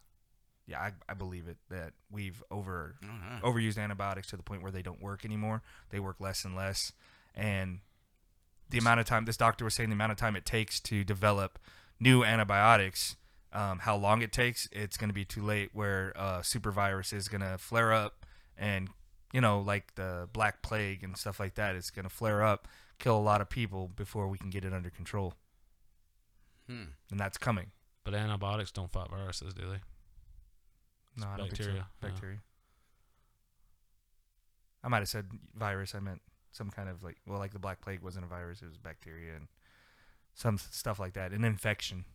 S3: yeah, I, I believe it that we've over
S1: Mhm.
S3: overused antibiotics to the point where they don't work anymore. They work less and less and the amount of time this doctor was saying the amount of time it takes to develop new antibiotics um, how long it takes it's going to be too late where uh, super virus is going to flare up and you know like the black plague and stuff like that it's going to flare up kill a lot of people before we can get it under control
S1: Hmm.
S3: and that's coming
S4: But antibiotics don't fight viruses, do they?
S3: no I don't
S4: bacteria,
S3: think so.
S4: yeah.
S3: bacteria i might have said virus i meant some kind of like well like the black plague wasn't a virus it was bacteria and some s- stuff like that an infection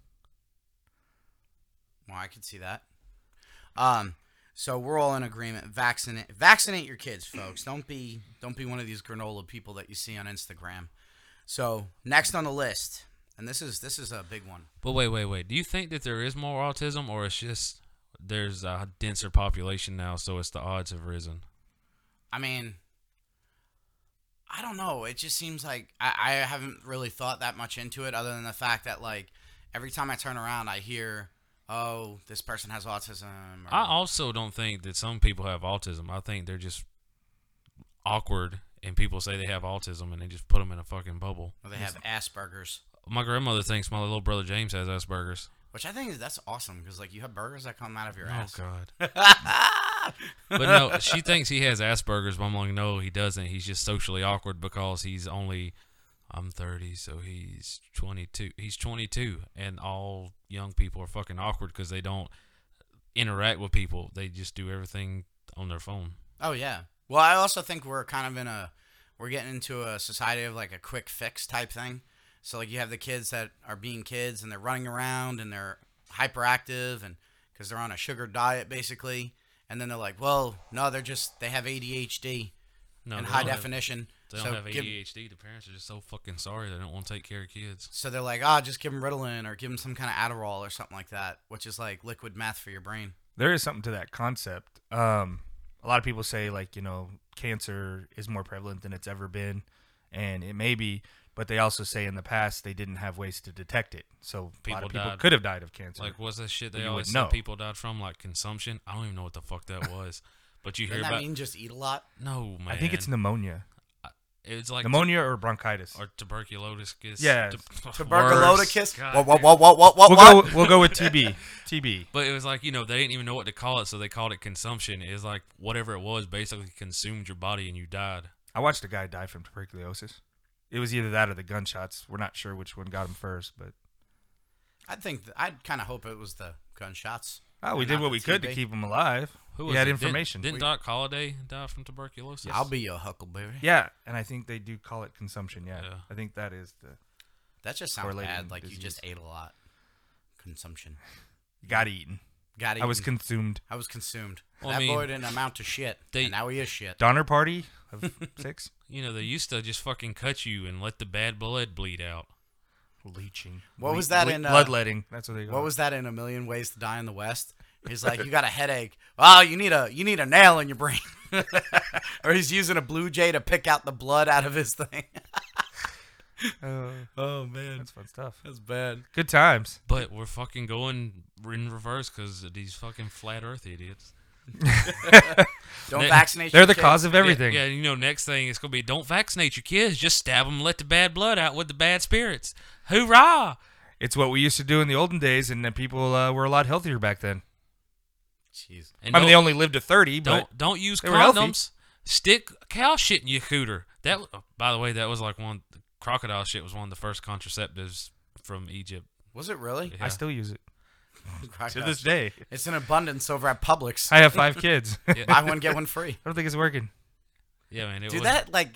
S1: Well, I could see that. Um, so we're all in agreement. Vaccinate, vaccinate your kids, folks. Don't be, don't be one of these granola people that you see on Instagram. So next on the list, and this is this is a big one.
S4: But wait, wait, wait. Do you think that there is more autism, or it's just there's a denser population now, so it's the odds have risen?
S1: I mean, I don't know. It just seems like I, I haven't really thought that much into it, other than the fact that like every time I turn around, I hear, "Oh, this person has autism." Or,
S4: I also don't think that some people have autism. I think they're just awkward, and people say they have autism, and they just put them in a fucking bubble.
S1: or "Oh, they have Asperger's,
S4: My grandmother thinks my little brother James has Asperger's.
S1: which I think is that's awesome because like you have burgers that come out of your
S4: Oh
S1: ass.
S4: God! but no, she thinks he has Asperger's. But I'm like, no, he doesn't. He's just socially awkward because he's only. I'm 30, so he's 22. He's 22, and all young people are fucking awkward because they don't interact with people. They just do everything on their phone.
S1: Oh yeah. Well, I also think we're kind of in a we're getting into a society of like a quick fix type thing. So like you have the kids that are being kids and they're running around and they're hyperactive and because they're on a sugar diet basically, and then they're like, well, no, they're just they have ADHD
S4: No,
S1: and
S4: they
S1: high
S4: don't have-
S1: definition.
S4: They don't
S1: so
S4: have
S1: give-
S4: ADHD. the parents are just so fucking sorry they don't want to take care of kids.
S1: so they're like, ah, just give them Ritalin or give them some kind of Adderall or something like that, which is like liquid meth for your brain.
S3: there is something to that concept. Um, a lot of people say like you know cancer is more prevalent than it's ever been, and it may be, but they also say in the past they didn't have ways to detect it, so a lot
S4: People
S3: of people
S4: died.
S3: could have died of cancer.
S4: Like, what's that shit
S3: You
S4: they
S3: would
S4: always
S3: know.
S4: say people died from? Like consumption. I don't even know what the fuck that was. But you hear
S1: Doesn't that
S4: about
S1: mean just eat a lot?
S4: no man.
S3: I think it's pneumonia.
S4: It was like
S3: pneumonia or bronchitis.
S4: or tuberculosis.
S3: Yeah,
S1: Tuberculosis.
S4: Worse. God
S1: What, what, what, what, what, what,
S3: we'll go. We'll go with TB. TB.
S4: But it was like you know they didn't even know what to call it, so they called it consumption. It was like whatever it was basically consumed your body and you died.
S3: I watched a guy die from tuberculosis. It was either that or the gunshots. We're not sure which one got him first, but
S1: I think th- I'd kind of hope it was the gunshots.
S3: oh, we
S1: And
S3: did
S1: not
S3: what
S1: the
S3: we could to
S1: TB.
S3: keep him alive.
S4: Who
S3: we
S4: was
S3: had
S4: it? Didn't-
S3: information.
S4: Didn't
S3: We-
S4: Doc Holliday die from tuberculosis?
S1: I'll be your huckleberry.
S3: yeah, and I think they do call it consumption. Yeah,
S4: Yeah.
S3: I think that is the
S1: That just sounds
S3: Correlating
S1: bad. Like you just
S3: disease.
S1: ate a lot. Consumption.
S3: got eaten.
S1: Got it.
S3: I was consumed.
S1: I was consumed.
S4: Well, I
S1: that
S4: mean,
S1: boy didn't amount to shit.
S4: they-
S1: and now he is shit.
S3: Donner party of six.
S4: You know they used to just fucking cut you and let the bad blood bleed out.
S3: Leeching.
S1: What was that in, uh,
S3: bloodletting? That's what they. Call
S1: What
S3: it.
S1: was that in A Million Ways to Die in the West? He's like, you got a headache. Oh, you need a you need a nail in your brain. or he's using a blue jay to pick out the blood out of his thing.
S3: Uh,
S1: Oh man,
S3: that's fun stuff.
S1: that's bad.
S3: Good times.
S4: But we're fucking going in reverse because of these fucking flat Earth idiots.
S1: Don't
S4: They-
S1: vaccinate.
S3: They're
S1: your
S3: the
S1: kids.
S3: cause of everything.
S4: Yeah, yeah, you know, next thing it's gonna be don't vaccinate your kids. Just stab them, let the bad blood out with the bad spirits. Hoorah!
S3: It's what we used to do in the olden days, and then people uh, were a lot healthier back then.
S1: Jeez.
S4: And
S3: I mean, they
S4: don't-
S3: only lived to thirty, but
S4: Don't don't use
S3: they were healthy.
S4: condoms. Stick cow shit in your cooter. That w- by the way, that was like one crocodile shit was one of the first contraceptives from Egypt.
S1: Was it really?
S4: Yeah.
S3: I still use it to
S1: Crocodile
S3: this
S1: shit.
S3: day.
S1: It's in abundance over at Publix.
S3: I have five kids. I
S1: Buy one get one free.
S3: don't think it's working.
S4: Yeah, man. It
S1: Dude,
S4: was, Oh,
S1: that like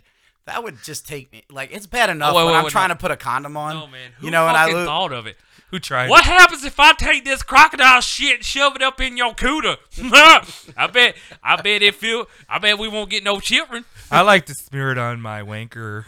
S1: that would just take me. Like it's bad enough
S4: wait,
S1: when
S4: wait,
S1: I'm
S4: wait,
S1: trying
S4: no.
S1: to put a condom on.
S4: No man. Who
S1: you know, and I
S4: fucking
S1: lose.
S4: thought of it?
S3: Who tried?
S4: What happens if I take this crocodile shit and shove it up in your cooter? I bet I bet it feel I bet we won't get no children.
S3: I like to smear it on my wanker.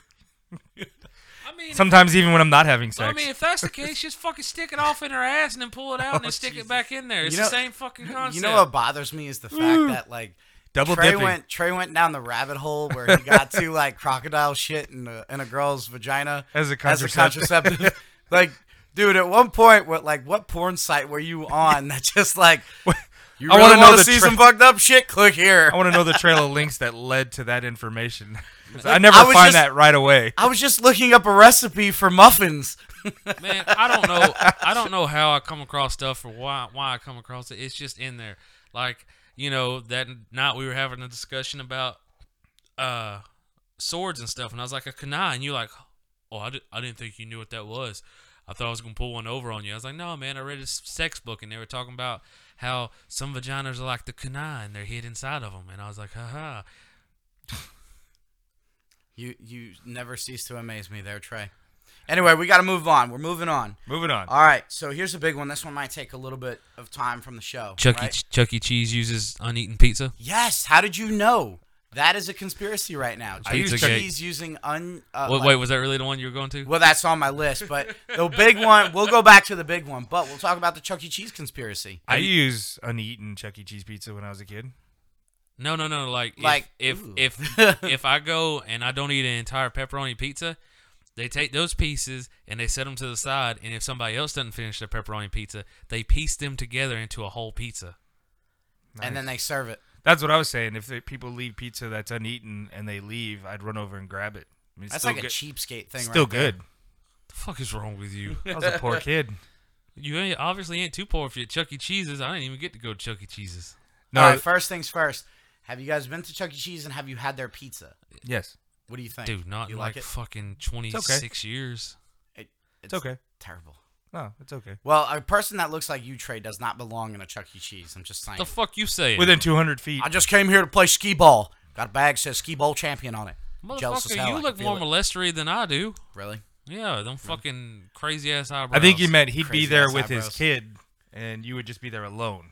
S4: I mean
S3: Sometimes even when I'm not having sex.
S4: I mean, if that's the case, just fucking stick it off in her ass and then pull it out and then stick it back in there. It's
S1: Oh, You know-
S4: the same fucking concept.
S1: You know what bothers me is the fact that like
S3: Double
S1: Trey
S3: dipping.
S1: went Trey went down the rabbit hole where he got to like crocodile shit in a, in a girl's vagina
S3: As a
S1: contraceptive. like, dude, at one point, what like what porn site were you on that just like you
S3: I
S1: really
S3: wanna
S1: want
S3: know
S1: to
S3: the
S1: see
S3: tra-
S1: some fucked up shit? Click here.
S3: I want to know the trail of links that led to that information. 'Cause I never
S1: I was
S3: find
S1: just-
S3: that right away.
S1: I was just looking up a recipe for muffins.
S4: Man, I don't know. I don't know how I come across stuff or why why I come across it. It's just in there. Like you know that night we were having a discussion about uh swords and stuff, and I was like a kanai, and you're like, oh, I, di- I didn't think you knew what that was. I thought I was gonna pull one over on you. I was like, no, man, I read this sex book, and they were talking about how some vaginas are like the kanai, and they're hid inside of them. And I was like, haha.
S1: You you never cease to amaze me there, Trey. Anyway, we got to move on. We're moving on.
S3: Moving on.
S1: All right, so here's a big one. This one might take a little bit of time from the show.
S4: Chuck,
S1: right?
S4: e. Chuck E. Cheese uses uneaten pizza.
S1: Yes. How did you know? That is a conspiracy right now.
S4: I use
S1: Cheese
S4: Chuck E.
S1: cheese using un. Uh,
S4: wait,
S1: like-
S4: wait, was that really the one you were going to?
S1: Well, that's on my list, but the big one. We'll go back to the big one, but we'll talk about the Chuck E. Cheese conspiracy.
S3: I used uneaten Chuck E. Cheese pizza when I was a kid.
S4: No, no, no. Like,
S1: Like,
S4: if
S1: ooh.
S4: if if, if I go and I don't eat an entire pepperoni pizza, they take those pieces and they set them to the side. And if somebody else doesn't finish their pepperoni pizza, they piece them together into a whole pizza.
S1: And then they serve it.
S3: That's what I was saying. If they, people leave pizza that's uneaten and they leave, I'd run over and grab it. I mean, it's
S1: That's
S3: still
S1: like
S3: good.
S1: a cheapskate thing.
S3: Still
S1: right there.
S3: good.
S4: The fuck is wrong with you?
S3: I was a poor kid.
S4: you ain't, obviously ain't too poor if you're Chuck E. Cheese's. I didn't even get to go to Chuck E. Cheese's.
S3: No.
S1: All right. First things first. Have you guys been to Chuck E. Cheese and have you had their pizza?
S3: yes.
S1: What do you think?
S4: Dude, not
S1: you
S4: in
S1: like,
S4: like,
S1: it?
S4: fucking 26 years.
S1: It-
S3: It's okay.
S1: Terrible.
S3: No, it's okay.
S1: Well, a person that looks like you, Trey, does not belong in a Chuck E. Cheese. I'm just saying.
S4: The fuck you say?
S3: Within 200 feet.
S1: I just came here to play skee ball. Got a bag says skee ball champion on it. Jealous as
S4: Motherfucker,
S1: hell. I
S4: you
S1: can
S4: look
S1: feel
S4: more
S1: it.
S4: molestery than I do.
S1: Really?
S4: Yeah, them fucking crazy ass
S3: I
S4: eyebrows.
S3: think he meant he'd be
S1: Crazy
S3: there
S1: ass
S3: with his
S1: eyebrows.
S3: kid, and you would just be there alone.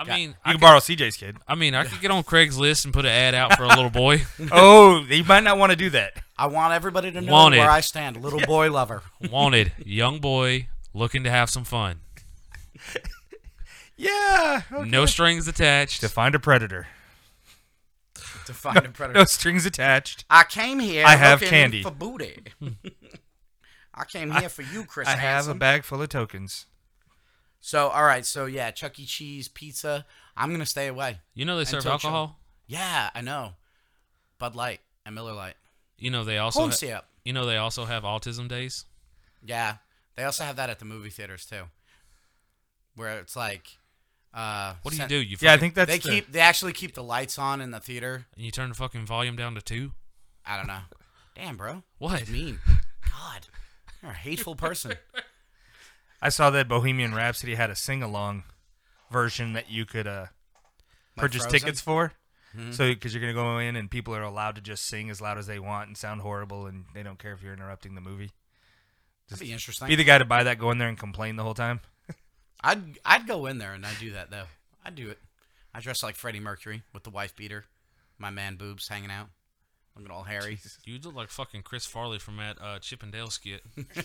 S4: I mean,
S3: You
S4: I
S3: can
S4: could,
S3: borrow CJ's kid.
S4: I mean, I could get on Craigslist and put an ad out for a little boy.
S3: oh, he might not want to do that.
S1: I want everybody to know
S4: Wanted.
S1: where I stand. Little boy lover.
S4: Wanted, young boy looking to have some fun.
S3: Yeah.
S4: No strings attached.
S3: To find a predator.
S1: to find a predator.
S3: No strings attached.
S1: I came here.
S3: I have
S1: looking
S3: candy.
S1: for booty. I came here for you, Chris.
S3: I have a
S1: Hansen.
S3: bag full of tokens.
S1: So all right, so yeah, Chuck E. Cheese pizza. I'm gonna stay away.
S4: You know they serve
S1: Until
S4: alcohol?
S1: Yeah, I know. Bud Light and Miller Light.
S4: You know they also
S1: Home
S4: ha-
S1: syrup.
S4: you know they also have autism days.
S1: Yeah. They also have that at the movie theaters too. Where it's like uh
S4: What do you
S1: sen-
S4: do? You
S3: Yeah, I
S4: fucking-
S3: think that's
S1: They
S3: the-
S1: keep they actually keep the lights on in the theater.
S4: you turn the fucking volume down to two.
S1: I don't know. Damn, bro.
S4: What?
S1: That's mean. God. You're a hateful person.
S3: I saw that Bohemian Rhapsody had a sing along version that you could uh,
S1: Like
S3: purchase
S1: Frozen?
S3: tickets for. So, because you're gonna go in and people are allowed to just sing as loud as they want and sound horrible, and they don't care if you're interrupting the movie.
S1: That'd be interesting.
S3: Be the guy to buy that, go in there and complain the whole time.
S1: I'd I'd go in there and I'd do that though. I'd do it. I dress like Freddie Mercury with the wife beater, my man boobs hanging out, looking all hairy.
S4: You look like fucking Chris Farley from that uh, Chip and Dale skit.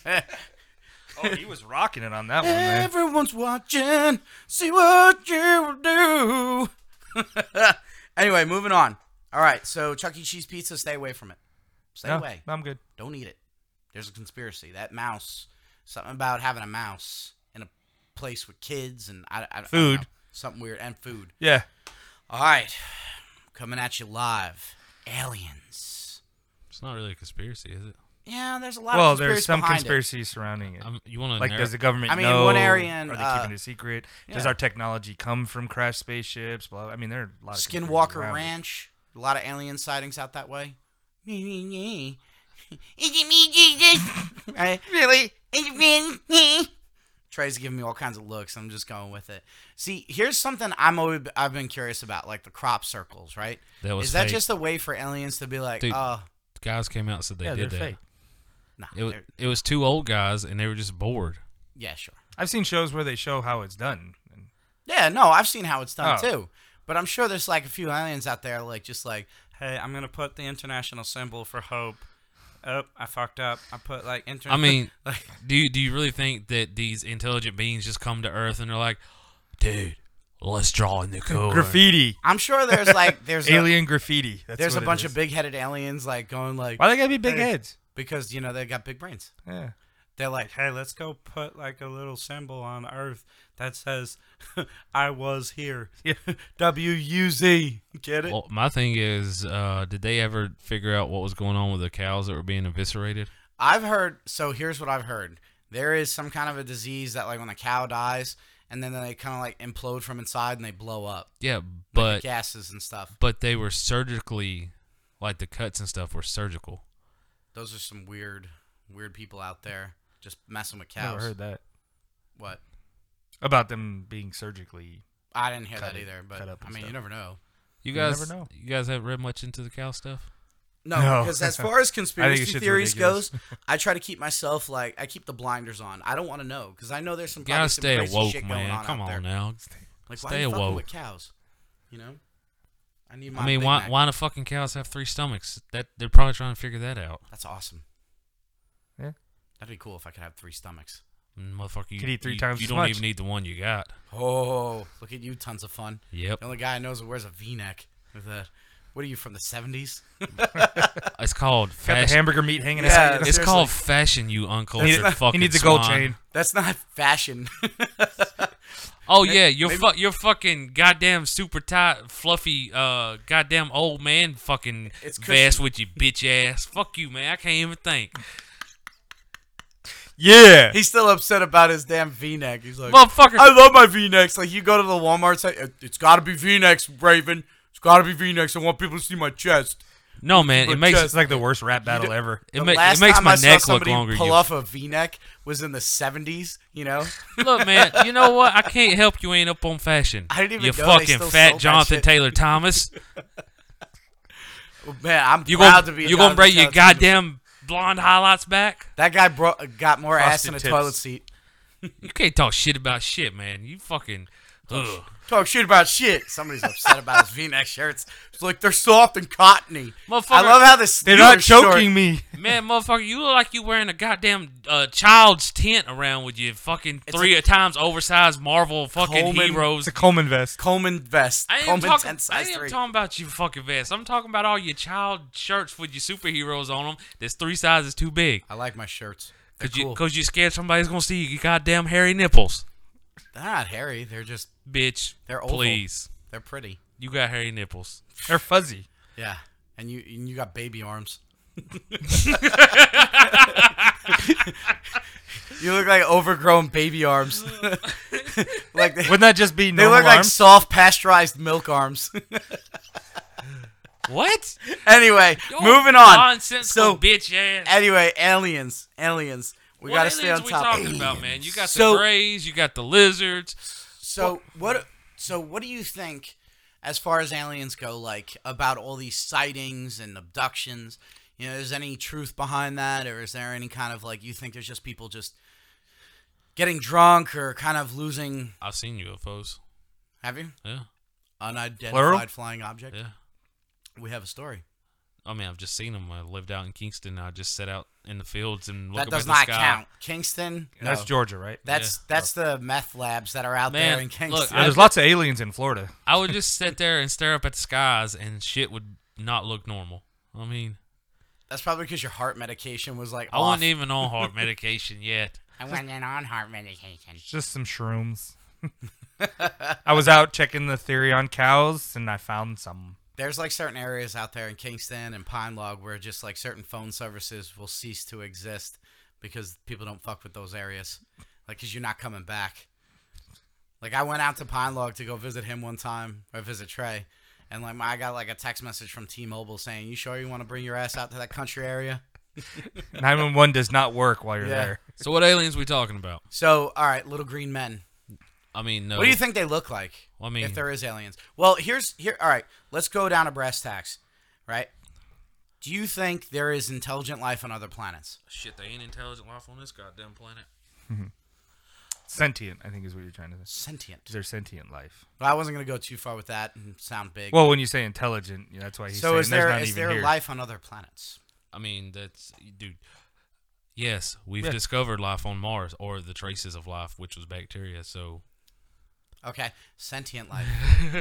S3: Oh, he was rocking it on that one, oh, man.
S1: Everyone's watching. See what you do. anyway, moving on. All right, so Chuck E. Cheese pizza, stay away from it. Stay
S3: No,
S1: away.
S3: no, I'm good.
S1: Don't eat it. There's a conspiracy. That mouse, something about having a mouse in a place with kids and I, I- I don't
S3: Food.
S1: know. something weird, and food.
S3: Yeah,
S1: All right, coming at you live, aliens.
S4: It's not really a conspiracy, is it?
S1: Yeah, there's a lot.
S3: well,
S1: of conspiracy
S3: there's some
S1: behind it.
S3: conspiracies surrounding it.
S4: i you want to
S3: Like, does the government?
S1: I mean,
S3: know?
S1: one area and,
S3: are they
S1: uh,
S3: keeping it a secret? Does
S1: yeah.
S3: our technology come from crashed spaceships? Blah. I mean, there are a lot of conspiracies
S1: Skinwalker
S3: around it.
S1: Ranch. A lot of alien sightings out that way. Me, me, me. Is it me, Jesus? Right? Really? Is it me? Trey's giving me all kinds of looks. I'm just going with it. See, here's something I'm always I've been curious about, like the crop circles, right?
S4: That was
S1: Is that
S4: fake.
S1: just a way for aliens to be like,
S4: Dude.
S1: oh,
S4: guys came out and said they
S3: Yeah, they're
S4: did that?
S3: fake.
S1: no,
S4: It was
S1: they're-
S4: it was two old guys and they were just bored.
S1: yeah, sure.
S3: I've seen shows where they show how it's done. And
S1: Yeah, no, I've seen how it's done
S3: Oh.
S1: too. But I'm sure there's like a few aliens out there, like just like,
S2: Hey, I'm gonna put the international symbol for hope. Oh, I fucked up. I put like inter.
S4: I mean,
S2: like,
S4: do you, do you really think that these intelligent beings just come to Earth and they're like, dude, let's draw in the code?
S3: graffiti,
S1: I'm sure there's like there's a,
S3: alien graffiti. That's
S1: there's a
S3: what it
S1: bunch of
S3: is.
S1: big headed aliens like going like
S3: Why they gotta be big heads?
S1: because you know they got big brains.
S3: Yeah.
S1: They're like,
S2: hey, let's go put like a little symbol on Earth that says, "I was here." W U Z. Get it?
S4: Well, my thing is, uh, did they ever figure out what was going on with the cows that were being eviscerated?
S1: I've heard. So here's what I've heard: there is some kind of a disease that like when a cow dies, and then they kind of like implode from inside and they blow up,
S4: Yeah,
S1: like the
S4: but
S1: gases and stuff.
S4: but they were surgically, like the cuts and stuff were surgical.
S1: Those are some weird, weird people out there just messing with
S3: Never
S1: cows.
S3: heard that
S1: What?
S3: about them being surgically.
S1: I didn't hear
S3: Cut
S1: that
S3: it-
S1: either. But
S3: cut up
S1: I
S3: and
S1: mean, you
S3: stuff.
S1: never know.
S4: You
S3: You
S4: guys,
S3: never know.
S4: you guys haven't read much into the cow stuff.
S1: No,
S3: No.
S1: because as far as conspiracy
S3: shit's
S1: theories
S3: ridiculous.
S1: goes, I try to keep myself like I keep the blinders on. I don't want to know because I know there's some
S4: You gotta
S1: probably some
S4: stay
S1: crazy
S4: awoke,
S1: shit going
S4: man.
S1: on
S4: Come
S1: out
S4: on
S1: there.
S4: now.
S1: Like why
S4: Stay
S1: you fucking
S4: awoke.
S1: with cows? You know, I need my.
S4: I mean,
S1: Big
S4: why
S1: Mac.
S4: why do fucking cows have three stomachs? That they're probably trying to figure that out.
S1: That's awesome.
S3: Yeah.
S1: That'd be cool if I could have three stomachs.
S4: Motherfucker, you
S3: Could eat three
S4: you-
S3: times
S4: You
S3: as
S4: don't
S3: much.
S4: even need the one you got.
S1: Oh, look at you, tons of fun.
S4: Yep.
S1: The only guy I know is who wears a V-neck. With a, what are you from the '70s?
S4: It's called
S3: Got the
S4: fashion.
S3: hamburger meat hanging
S1: Yeah,
S3: out.
S1: hamburger-
S4: It's called fashion, you
S3: He,
S4: uncultured
S3: needs- he
S4: fucking
S3: needs a gold
S4: swine.
S3: chain.
S1: That's not fashion.
S4: Oh yeah, your fu- your fucking goddamn super tight, fluffy, uh, goddamn old man fucking
S1: It's
S4: vest with your bitch ass. Fuck you, man. I can't even think.
S3: Yeah.
S1: He's still upset about his damn V-neck. He's like,
S4: Motherfucker.
S1: I love my V-necks. Like you go to the Walmart site, "It- it's got to be V-necks, Raven. It's got to be V-necks. I want people to see my chest.
S4: no man, it makes
S3: It's like the worst rap battle ever.
S4: it,
S1: The
S4: ma- it
S1: last
S4: makes
S1: time
S4: my
S1: I saw
S4: neck look
S1: somebody
S4: longer.
S1: Pull
S4: you-
S1: off a V-neck was in the '70s. You know,
S4: Look, man, you know what? I can't help you ain't up on fashion.
S1: I didn't even
S4: you
S1: know they
S4: fucking
S1: still sold
S4: fat
S1: that
S4: Jonathan
S1: shit.
S4: Taylor Thomas.
S1: man, I'm
S4: You
S1: proud
S4: gonna
S1: to be. a
S4: you
S1: Jonathan
S4: gonna bring
S1: Taylor
S4: your
S1: Thomas.
S4: goddamn blonde highlights back?
S1: That guy bro- got more ass
S3: Frosted
S1: than a
S3: tips.
S1: toilet seat.
S4: You can't talk shit about shit, man. You fucking. Ugh.
S1: Talk shit about shit. Somebody's upset about his V-neck shirts. It's like they're soft and cottony. I
S4: Motherfucker.
S1: love how this.
S3: They're not
S1: Steelers short-
S3: choking me.
S4: Man, motherfucker, you look like you wearing a goddamn uh, child's tent around with your fucking
S1: It's
S4: three
S1: a-
S4: times oversized Marvel fucking
S1: Coleman-
S4: heroes.
S3: It's a Coleman vest.
S1: Coleman vest.
S4: I ain't, even
S1: Coleman
S4: talking,
S1: 10
S4: I ain't
S1: size
S4: even
S1: three.
S4: talking about your fucking vest. I'm talking about all your child shirts with your superheroes on them that's three sizes too big.
S1: I like my shirts. They're
S4: Because you,
S1: cool.
S4: 'cause you scared somebody's going to see your goddamn hairy nipples.
S1: They're not hairy. They're just
S4: Bitch,
S1: They're oval.
S4: please.
S1: they're pretty.
S4: You got hairy nipples.
S3: They're fuzzy.
S1: Yeah, and you and you got baby arms. You look like overgrown baby arms. like they,
S3: Wouldn't that just be
S1: they
S3: normal
S1: look like
S3: arms?
S1: soft pasteurized milk arms.
S4: What?
S1: anyway, moving on.
S4: Nonsensical
S1: So-
S4: bitch ass.
S1: Anyway, aliens, aliens. We
S4: what
S1: gotta
S4: aliens
S1: stay on
S4: we
S1: top.
S4: talking about, man? You got
S1: So-
S4: the grays, you got the lizards.
S1: So what? So what do you think, as far as aliens go, like about all these sightings and abductions? You know, is there any truth behind that, or is there any kind of like you think there's just people just getting drunk or kind of losing?
S4: I've seen UFOs.
S1: Have you
S4: Yeah,
S1: unidentified
S3: Plural?
S1: flying object?
S4: yeah.
S1: We have a story.
S4: I mean, I've just seen them. I lived out in Kingston. I just set out in the fields and look
S1: that
S4: up
S1: does
S4: at the
S1: not
S4: sky.
S1: count. Kingston. No.
S3: That's Georgia, right?
S1: That's that's the meth labs that are out
S4: Man,
S1: there in
S4: look,
S1: Kingston.
S3: Yeah, there's lots of aliens in Florida.
S4: I would just sit there and stare up at the skies, and shit would not look normal. I mean,
S1: that's probably because your heart medication was like
S4: I
S1: off.
S4: wasn't even on heart medication yet.
S1: I wasn't on heart medication.
S3: Just some shrooms. I was out checking the theory on cows, and I found some.
S1: there's like certain areas out there in Kingston and Pine Log where just like certain phone services will cease to exist because people don't fuck with those areas, like because you're not coming back. Like I went out to Pine Log to go visit him one time or visit Trey, and like my, I got like a text message from T-Mobile saying, "You sure you want to bring your ass out to that country area?"
S3: 911 does not work while you're
S1: Yeah.
S3: there.
S4: So what aliens we talking about?
S1: So all right, little green men.
S4: I mean, no.
S1: What do you think they look like?
S4: Well, I mean-
S1: if there is aliens. Well, here's here. All right, let's go down to brass tacks, right? Do you think there is intelligent life on other planets?
S4: Shit, they ain't intelligent life on this goddamn planet.
S3: Sentient, I think, is what you're trying to say.
S1: Sentient.
S3: Is there sentient life?
S1: But I wasn't gonna go too far with that and sound big.
S3: Well, when you say intelligent, yeah, that's why he's
S1: so
S3: saying
S1: is
S3: there's
S1: there
S3: not
S1: is
S3: even
S1: there
S3: here.
S1: life on other planets?
S4: I mean, that's dude. Yes, we've
S3: Yeah.
S4: discovered life on Mars or the traces of life, which was bacteria. So
S1: Okay, sentient life.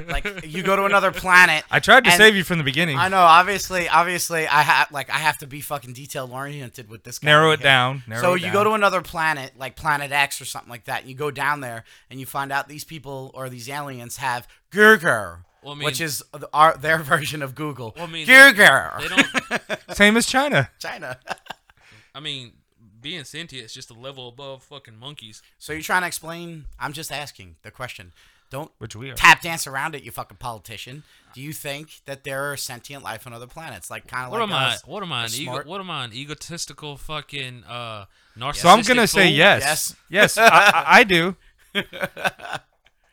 S1: like you go to another planet.
S3: I tried to
S1: and-
S3: save you from the beginning.
S1: I know. Obviously, obviously, I have like I have to be fucking detail oriented with this. Guy
S3: Narrow
S1: right
S3: it
S1: here.
S3: down. Narrow
S1: so
S3: it
S1: you
S3: down.
S1: go to another planet, like Planet X or something like that. And you go down there and you find out these people or these aliens have Gurgur,
S4: Well, I mean-
S1: which is the, our, their version of Google.
S4: Well, I mean, they-
S1: Gurgur,
S4: they don't.
S3: same as China.
S1: China.
S4: I mean, being sentient is just a level above fucking monkeys.
S1: so you're trying to explain? I'm just asking the question. Don't
S3: Which we are.
S1: tap dance around it, you fucking politician. Do you think that there are sentient life on other planets, like kind of
S4: What
S1: like
S4: am I?
S1: us?
S4: What am I? An
S1: They're
S4: ego,
S1: smart.
S4: what am I? An egotistical fucking uh narcissistic.
S3: So I'm gonna say
S4: fool?
S3: yes.
S1: Yes.
S3: Yes, I, I, I do.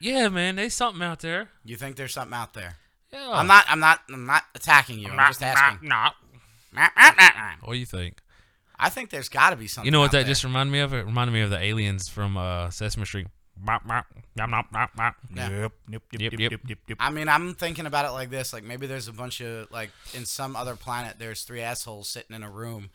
S4: Yeah, man, there's something out there.
S1: You think there's something out there?
S4: Yeah.
S1: I'm not. I'm not. I'm not attacking you. I'm, just asking.
S4: What do you think?
S1: I think there's got to be something.
S4: You know what
S1: out
S4: that
S1: there.
S4: just reminded me of? It reminded me of the aliens from uh, Sesame Street. Bop, bop, nom, nom, nom, nom.
S1: Yeah.
S3: Yep, yep,
S4: Yep, yep.
S1: I mean, I'm thinking about it like this: like maybe there's a bunch of like in some other planet, there's three assholes sitting in a room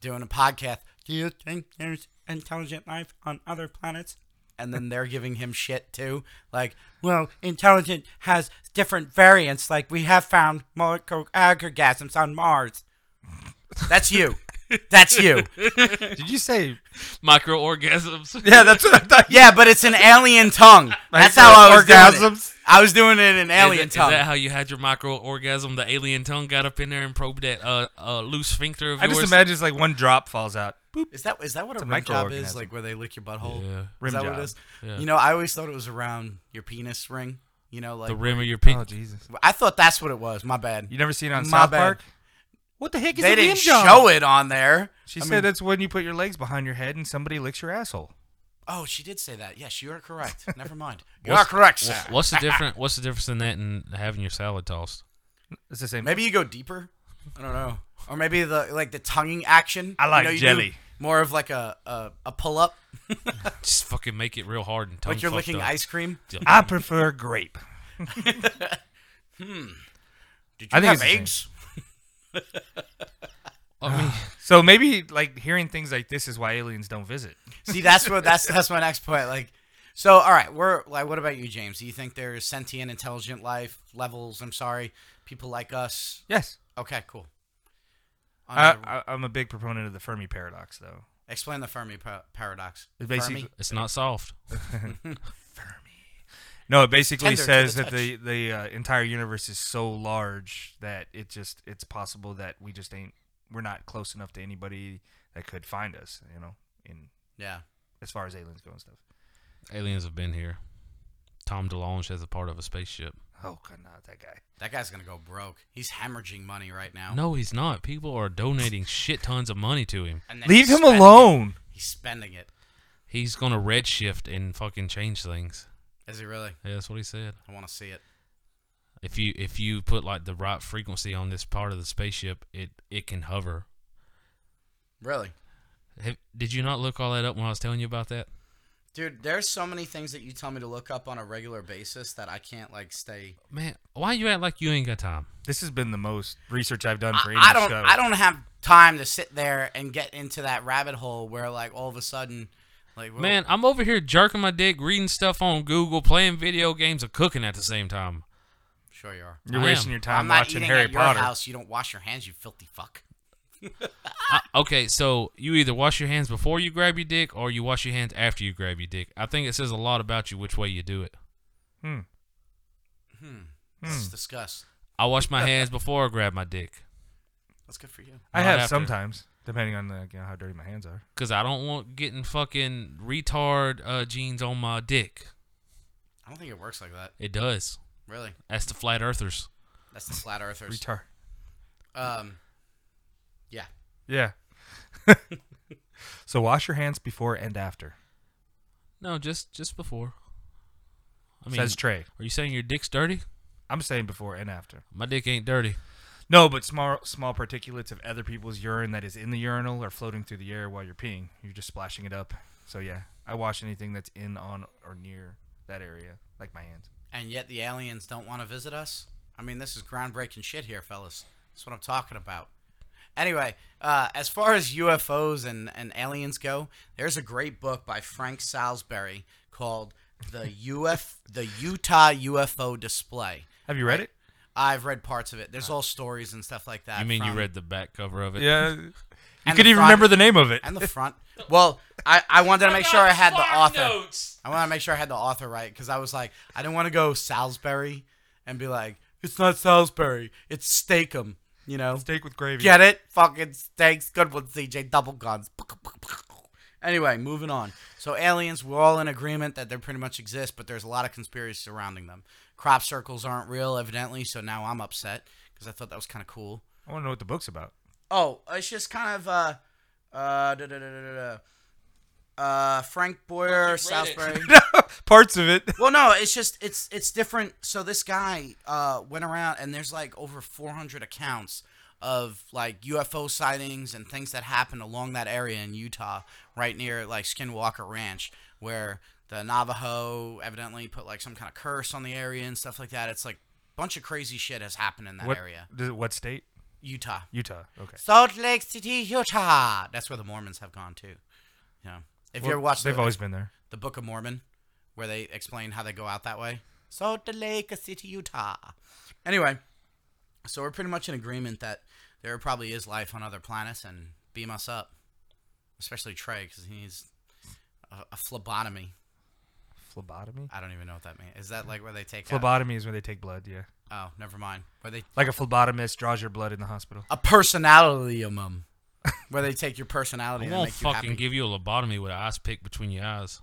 S1: doing a podcast,
S2: Do you think there's intelligent life on other planets?
S1: and then they're giving him shit too. Like,
S2: Well, intelligent has different variants. Like we have found molecular agrogasms on Mars.
S1: that's you, that's you.
S3: Did you say?
S4: Microorgasms.
S3: Yeah, that's what I thought.
S1: Yeah, but it's an alien tongue. That's how I was doing it.
S3: orgasms.
S1: I was doing it in
S4: is,
S1: alien
S4: that- is
S1: tongue.
S4: that how you had your microorgasm? The alien tongue got up in there and probed that uh, uh, loose sphincter of
S3: I
S4: yours.
S3: just imagine it's like one drop falls out. Boop.
S1: Is that is that what
S3: a
S1: a rim job is?
S3: microorganism.
S1: Like where they lick your butthole?
S4: Yeah.
S1: Is
S3: Rim
S1: that what
S3: job.
S1: it is?
S4: Yeah.
S1: You know, I always thought it was around your penis ring. You know, like
S4: the rim of your
S3: Oh
S4: penis.
S3: Jesus!
S1: I thought that's what it was. My bad.
S3: You never seen it on
S1: My
S3: South
S1: bad.
S3: Park? What the heck is
S1: They
S3: a
S1: didn't
S3: rim job?
S1: show it on there.
S3: She
S1: I
S3: said
S1: mean-
S3: that's when you put your legs behind your head and somebody licks your asshole.
S1: Oh, she did say that. Yes, you are correct. Never mind. You are correct, sir.
S4: What's the difference? What's the difference in that and having your salad tossed?
S3: It's the same.
S1: Maybe you go deeper. I don't know. Or maybe the like the tonguing action.
S3: I like
S1: you know, you
S3: jelly.
S1: do More of like a a, a pull up,
S4: Just fucking make it real hard and tongue
S1: like you're
S4: fucked
S1: licking
S4: up.
S1: ice cream.
S3: I prefer grape.
S1: Did you
S3: I think it's
S1: have
S3: the same.
S1: eggs?
S4: I mean,
S3: So maybe like hearing things like this is why aliens don't visit.
S1: See, that's what that's that's my next point. Like, so all right, we're like, what about you, James? Do you think there is sentient, intelligent life levels? I'm sorry, people like us.
S3: Yes,
S1: Okay, cool. On
S3: I,
S1: the-
S3: I, I'm a big proponent of the Fermi paradox, though.
S1: explain the Fermi pa- paradox.
S3: It basically-
S1: Fermi?
S4: it's not soft.
S3: No, it basically
S1: Tender to
S3: says
S1: the
S3: that the the uh, entire universe is so large that it just it's possible that we just ain't we're not close enough to anybody that could find us, you know, in
S1: Yeah.
S3: as far as aliens go and stuff.
S4: Aliens have been here. Tom DeLonge has a part of a spaceship.
S3: Oh god, not that guy.
S1: That guy's gonna go broke. He's hemorrhaging money right now.
S4: No, he's not. People are donating shit tons of money to him.
S1: And then
S3: Leave
S1: he's
S3: him
S1: spending it.
S3: alone.
S1: He's spending it.
S4: He's gonna redshift and fucking change things.
S1: Is he really?
S4: Yeah, that's what he said.
S1: I want to see it.
S4: If you if you put like the right frequency on this part of the spaceship, it it can hover.
S1: Really,
S4: Have, did you not look all that up when I was telling you about that?
S1: dude. There's so many things that you tell me to look up on a regular basis that I can't like stay.
S4: Man, why you act like you ain't got time?
S3: This has been the most research I've done for
S1: I,
S3: any
S1: I don't.
S3: show.
S1: I don't have time to sit there and get into that rabbit hole where like all of a sudden, like whoa,
S4: Man, I'm over here jerking my dick, reading stuff on Google, playing video games, and cooking at the same time.
S1: Sure you are.
S3: You're
S4: I
S3: wasting
S4: am.
S3: your time
S1: I'm not
S3: watching
S1: eating
S3: Harry
S1: at your
S3: Potter.
S1: house. You don't wash your hands. You filthy fuck.
S4: I, okay, so you either wash your hands before you grab your dick, or you wash your hands after you grab your dick. I think it says a lot about you which way you do it.
S3: Hmm.
S1: This is disgust.
S4: I wash my hands before I grab my dick
S1: That's good for you.
S3: I
S4: Not
S3: have
S4: after.
S3: sometimes, depending on the, you know, how dirty my hands are.
S4: because I don't want getting fucking retard uh, jeans on my dick.
S1: I don't think it works like that.
S4: It does.
S1: Really,
S4: That's the flat earthers.
S1: that's the flat earthers.
S3: Retard.
S1: Um, yeah.
S3: Yeah. so wash your hands before and after.
S4: No, just just before. I mean,
S3: Says Trey.
S4: are you saying your dick's dirty?
S3: I'm saying before and after.
S4: My dick ain't dirty.
S3: No, but small small particulates of other people's urine that is in the urinal are floating through the air while you're peeing. You're just splashing it up. So yeah, I wash anything that's in, on, or near that area, like my hands.
S1: And yet the aliens don't want to visit us? I mean, this is groundbreaking shit here, fellas. That's what I'm talking about. Anyway, uh, as far as UFOs and, and aliens go, there's a great book by Frank Salisbury called The UF The Utah UFO Display.
S3: Have you read it?
S1: I've reid parts of it. There's all stories and stuff like that.
S4: I mean, you
S1: from-
S4: read the back cover of it.
S3: Yeah. You
S1: And
S3: could
S1: the
S3: even
S1: front-
S3: remember the name of it.
S1: and the front. Well, I, I wanted to make sure I had the author. I wanted to make sure I had the author right because I was like, I didn't want to go Salisbury and be like, it's not Salisbury, it's Steakum. You know,
S3: Steak with gravy.
S1: get it? Fucking steaks, good one, CJ. Double guns. Anyway, moving on. So aliens, we're all in agreement that they pretty much exist, but there's a lot of conspiracy surrounding them. Crop circles aren't real, evidently. So now I'm upset because I thought that was kind of cool.
S3: I want to know what the book's about.
S1: Oh, it's just kind of uh, uh, da, da, da, da, da, da. uh Frank Boyer, Salisbury.
S3: Parts of it.
S1: well, no, it's just it's it's different. So this guy uh went around, and there's like over 400 accounts of like UFO sightings and things that happened along that area in Utah, right near like Skinwalker Ranch, where the Navajo evidently put like some kind of curse on the area and stuff like that. It's like bunch of crazy shit has happened in that
S3: What,
S1: area,
S3: does it- what state?
S1: Utah.
S3: Utah. Okay.
S1: Salt Lake City, Utah. That's where the Mormons have gone to. You know, if you ever
S3: Well,
S1: watched
S3: They've
S1: the,
S3: always been there.
S1: the Book of Mormon, where they explain how they go out that way. Salt Lake City, Utah. Anyway, so we're pretty much in agreement that there probably is life on other planets, and beam us up, especially Trey, because he needs a, a phlebotomy.
S3: Phlebotomy.
S1: I don't even know what that means. Is that like where they take? out-
S3: Phlebotomy is when they take blood. Yeah.
S1: Oh, never mind. Where they
S3: Like a phlebotomist draws your blood in the hospital.
S1: a personality um, where they take your personality
S4: I
S1: and
S4: won't
S1: make you
S4: fucking
S1: happy.
S4: give you a lobotomy with an ice pick between your eyes.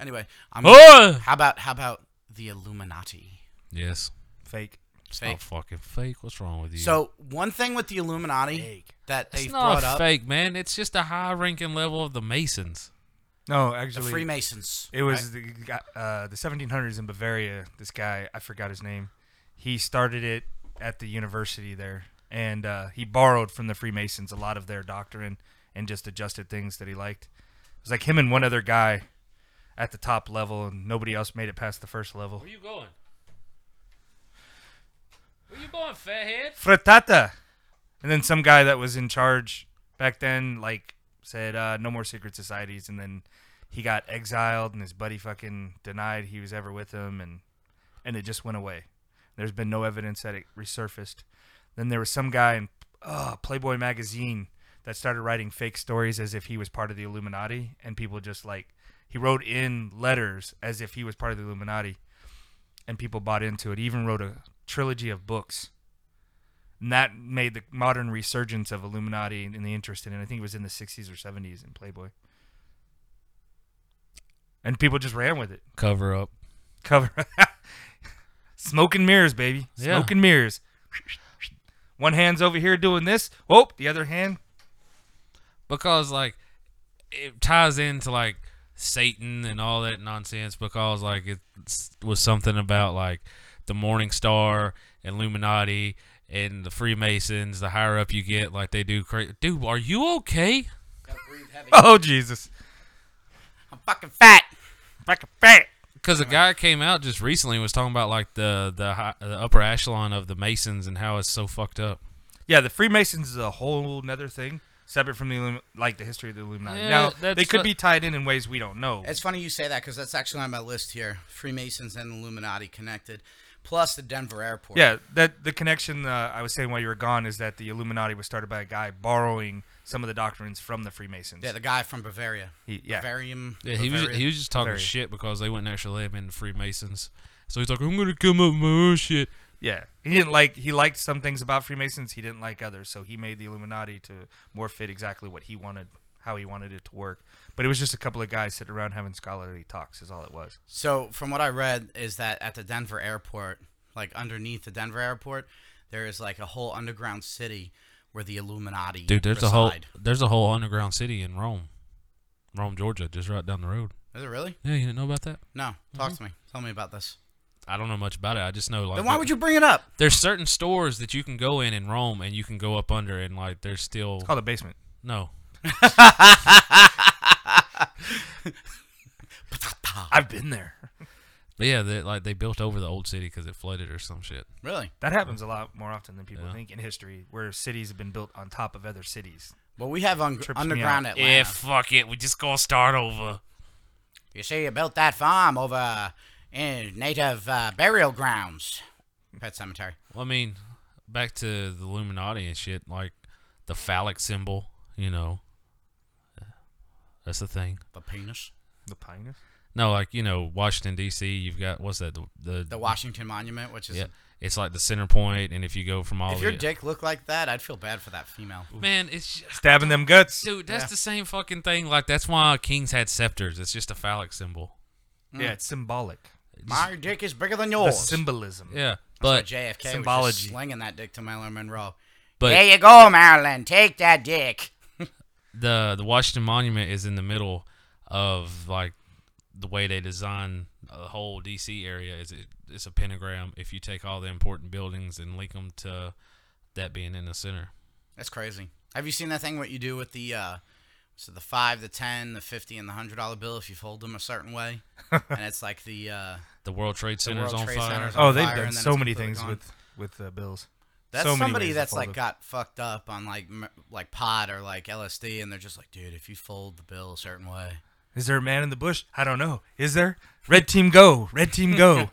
S1: anyway, I'm.
S4: Oh!
S1: How about how about the Illuminati? Oh,
S4: Yes.
S3: Fake.
S4: It's
S1: Fake.
S4: not fucking fake. What's wrong with you?
S1: So one thing with the Illuminati that
S4: it's
S1: they've
S4: not
S1: brought up
S4: fake, man. It's just a high ranking level of the Masons.
S3: No,
S1: the
S3: actually,
S1: Freemasons.
S3: it was the guy- uh, the 1700s in Bavaria. This guy, I forgot his name. He started it at the university there, and uh, he borrowed from the Freemasons a lot of their doctrine and just adjusted things that he liked. It was like him and one other guy at the top level, and nobody else made it past the first level.
S4: you going? Where you going, fathead?
S3: frittata. And then some guy that was in charge back then, like, said, uh, no more secret societies. And then he got exiled, and his buddy fucking denied he was ever with him, and and it just went away. There's been no evidence that it resurfaced. Then there was some guy in uh, Playboy magazine that started writing fake stories as if he was part of the Illuminati, and people just like he wrote in letters as if he was part of the Illuminati, and people bought into it. He even wrote a trilogy of books And that made the modern resurgence of Illuminati and the interest in it. I think it was in the 60s or 70s in Playboy. And people just ran with it.
S4: Cover up.
S3: Cover. Smoke and mirrors, baby.
S4: Yeah.
S3: Smoke and mirrors. One hand's over here doing this. Oh, the other hand.
S4: because like it ties into like Satan and all that nonsense because like it was something about like the Morning Star, Illuminati, and the Freemasons. The higher up you get, like they do crazy. Dude, are you okay?
S3: Oh, Jesus.
S1: I'm fucking fat.
S3: Like a fat.
S4: Because a guy came out just recently and was talking about like the the, hi- the upper echelon of the Masons and how it's so fucked up.
S3: Yeah, the Freemasons is a whole nother thing, separate from the Illumi- like the history of the Illuminati.
S4: Yeah,
S3: now
S4: that's
S3: they could
S4: what-
S3: be tied in in ways we don't know.
S1: It's funny you say that because that's actually on my list here. Freemasons and Illuminati connected, plus the Denver airport.
S3: Yeah, that the connection uh, I was saying while you were gone is that the Illuminati was started by a guy borrowing some of the doctrines from the Freemasons.
S1: Yeah, the guy from Bavaria.
S3: He- yeah.
S1: Bavarium.
S4: Yeah, he was
S1: Bavaria.
S4: he was just talking
S3: Very.
S4: shit because they wouldn't actually let him in the Freemasons. So he's like, I'm gonna come up with my own shit.
S3: Yeah, he didn't like he liked some things about Freemasons. He didn't like others, so he made the Illuminati to more fit exactly what he wanted, how he wanted it to work. But it was just a couple of guys sitting around having scholarly talks, is all it was.
S1: So, from what I read, is that at the Denver airport, like underneath the Denver airport, there is like a whole underground city where the Illuminati.
S4: Dude, there's
S1: reside.
S4: a whole there's a whole underground city in Rome, Rome, Georgia, just right down the road.
S1: Is it really?
S4: Yeah, you didn't know about that?
S1: No. Talk to me. Tell me about this.
S4: I don't know much about it. I just know like
S1: Then why would you bring it up?
S4: There's certain stores that you can go in in Rome and you can go up under and like there's still
S3: Called a basement.
S4: no.
S3: I've been there.
S4: But yeah, they, like they built over the old city because it flooded or some shit.
S1: Really?
S3: That happens a lot more often than people
S4: Yeah.
S3: think in history, where cities have been built on top of other cities.
S1: Well, we have un-
S3: Trips me
S1: underground
S3: out.
S1: Atlanta.
S4: fuck it, we just gonna start over.
S1: You see, you built that farm over uh, in native uh, burial grounds, pet cemetery.
S4: Well, I mean, back to the Illuminati and shit, like the phallic symbol, you know. That's the thing.
S1: The penis.
S3: The pioneers.
S4: No, like you know, Washington D.C. You've got what's that? The the,
S1: The Washington Monument, which is.
S4: yeah, Oh, it's like the center point, and if you go from all
S1: If your
S4: the-
S1: dick looked like that, I'd feel bad for that female.
S4: man, it's just,
S3: Stabbing them guts.
S4: dude, that's the same fucking thing. Like that's why kings had scepters. It's just a phallic symbol.
S3: Yeah, it's symbolic.
S1: My dick is bigger than
S3: The
S1: yours. Mm.
S3: symbolism.
S4: Yeah,
S1: But
S4: but
S1: JFK was
S3: symbology.
S1: just slinging that dick to Marilyn Monroe.
S4: but
S1: there you go, Marilyn. Take that dick.
S4: the the Washington Monument is in the middle of like the way they design the whole DC area is it, it's a pentagram if you take all the important buildings and link them to that being in the center.
S1: That's crazy. Have you seen that thing? What you do with the uh, so the five, the ten, the fifty, and the hundred dollar bill if you fold them a certain way, and it's like the uh,
S4: The World Trade Center's
S1: World
S4: on
S1: Trade
S4: fire.
S1: Center's on
S3: Oh, they've
S1: fire
S3: done
S1: and then
S3: so
S1: it's
S3: many
S1: completely
S3: things
S1: gone.
S3: with with uh, bills.
S1: That's
S3: so many
S1: somebody
S3: ways to
S1: that's
S3: fold
S1: like
S3: it.
S1: got fucked up on like m- like pot or like LSD, and they're just like, dude, if you fold the bill a certain way,
S3: Is there a man in the bush? I don't know. Is there? Red team go. Red team go.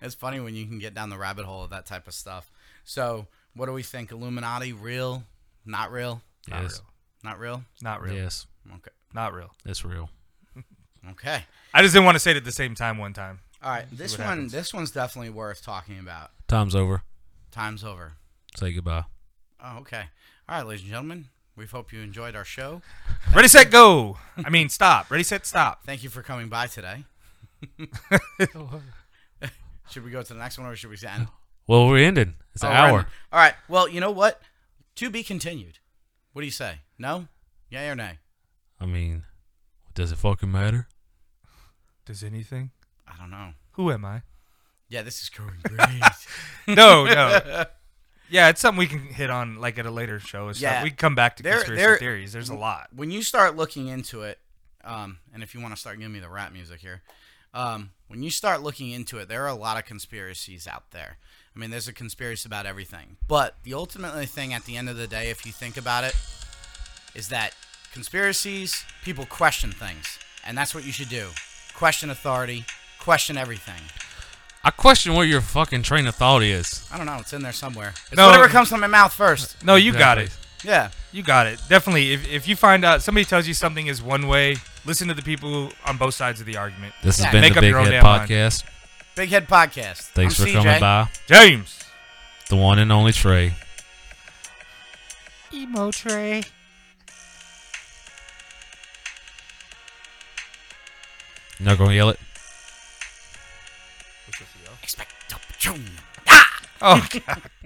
S1: it's funny when you can get down the rabbit hole of that type of stuff. So, what do we think? Illuminati, real? Not real?
S3: Not
S4: Yes.
S3: real.
S1: Not real?
S3: Not real.
S4: Yes,
S1: Okay.
S3: Not real.
S4: it's real.
S1: Okay.
S3: I just didn't want to say it at the same time one time.
S1: All right. This
S3: what
S1: one,
S3: happens.
S1: this one's definitely worth talking about.
S4: Time's over.
S1: Time's over.
S4: Say goodbye.
S1: Oh, okay. All right, ladies and gentlemen, we hope you enjoyed our show.
S3: Ready, set, go. I mean, stop. Ready, set, stop.
S1: Thank you for coming by today. Should we go to the next one or should we end?
S4: Well, we're ending. It's an
S1: Oh, we're
S4: hour.
S1: in- All right. Well, you know what? To be continued. What do you say? No? Yay or nay?
S4: I mean, does it fucking matter?
S3: Does anything?
S1: I don't know.
S3: Who am I?
S1: Yeah, this is going great.
S3: No, no. yeah, it's something we can hit on like at a later show. and stuff.
S1: Yeah.
S3: we can come back to
S1: There-
S3: conspiracy
S1: there- Mm.
S3: theories. There's a lot.
S1: when you start looking into it, um, and if you want to start giving me the rap music here, um, when you start looking into it, there are a lot of conspiracies out there. I mean, there's a conspiracy about everything. But the ultimately thing at the end of the day, if you think about it, is that conspiracies, people question things. And that's what you should do question authority, question everything.
S4: I question where your fucking train of thought is.
S1: I don't know. It's in there somewhere. It's
S3: No.
S1: whatever comes from my mouth first.
S3: No, you got it.
S4: Exactly.
S1: Yeah.
S3: You got it. Definitely. If, if you find out somebody tells you something is one way, listen to the people on both sides of the argument.
S4: This
S1: Yeah,
S4: has been
S3: make
S4: the
S3: up your
S4: Big
S3: own
S4: Head
S3: damn mind.
S4: Podcast.
S1: Big Head Podcast.
S4: Thanks
S1: I'm
S4: for
S1: CJ.
S4: coming by.
S3: James.
S4: the one and only Trey.
S3: Emo Trey.
S4: Not gonna yell it.
S1: Expecto Patronum.
S3: Oh, God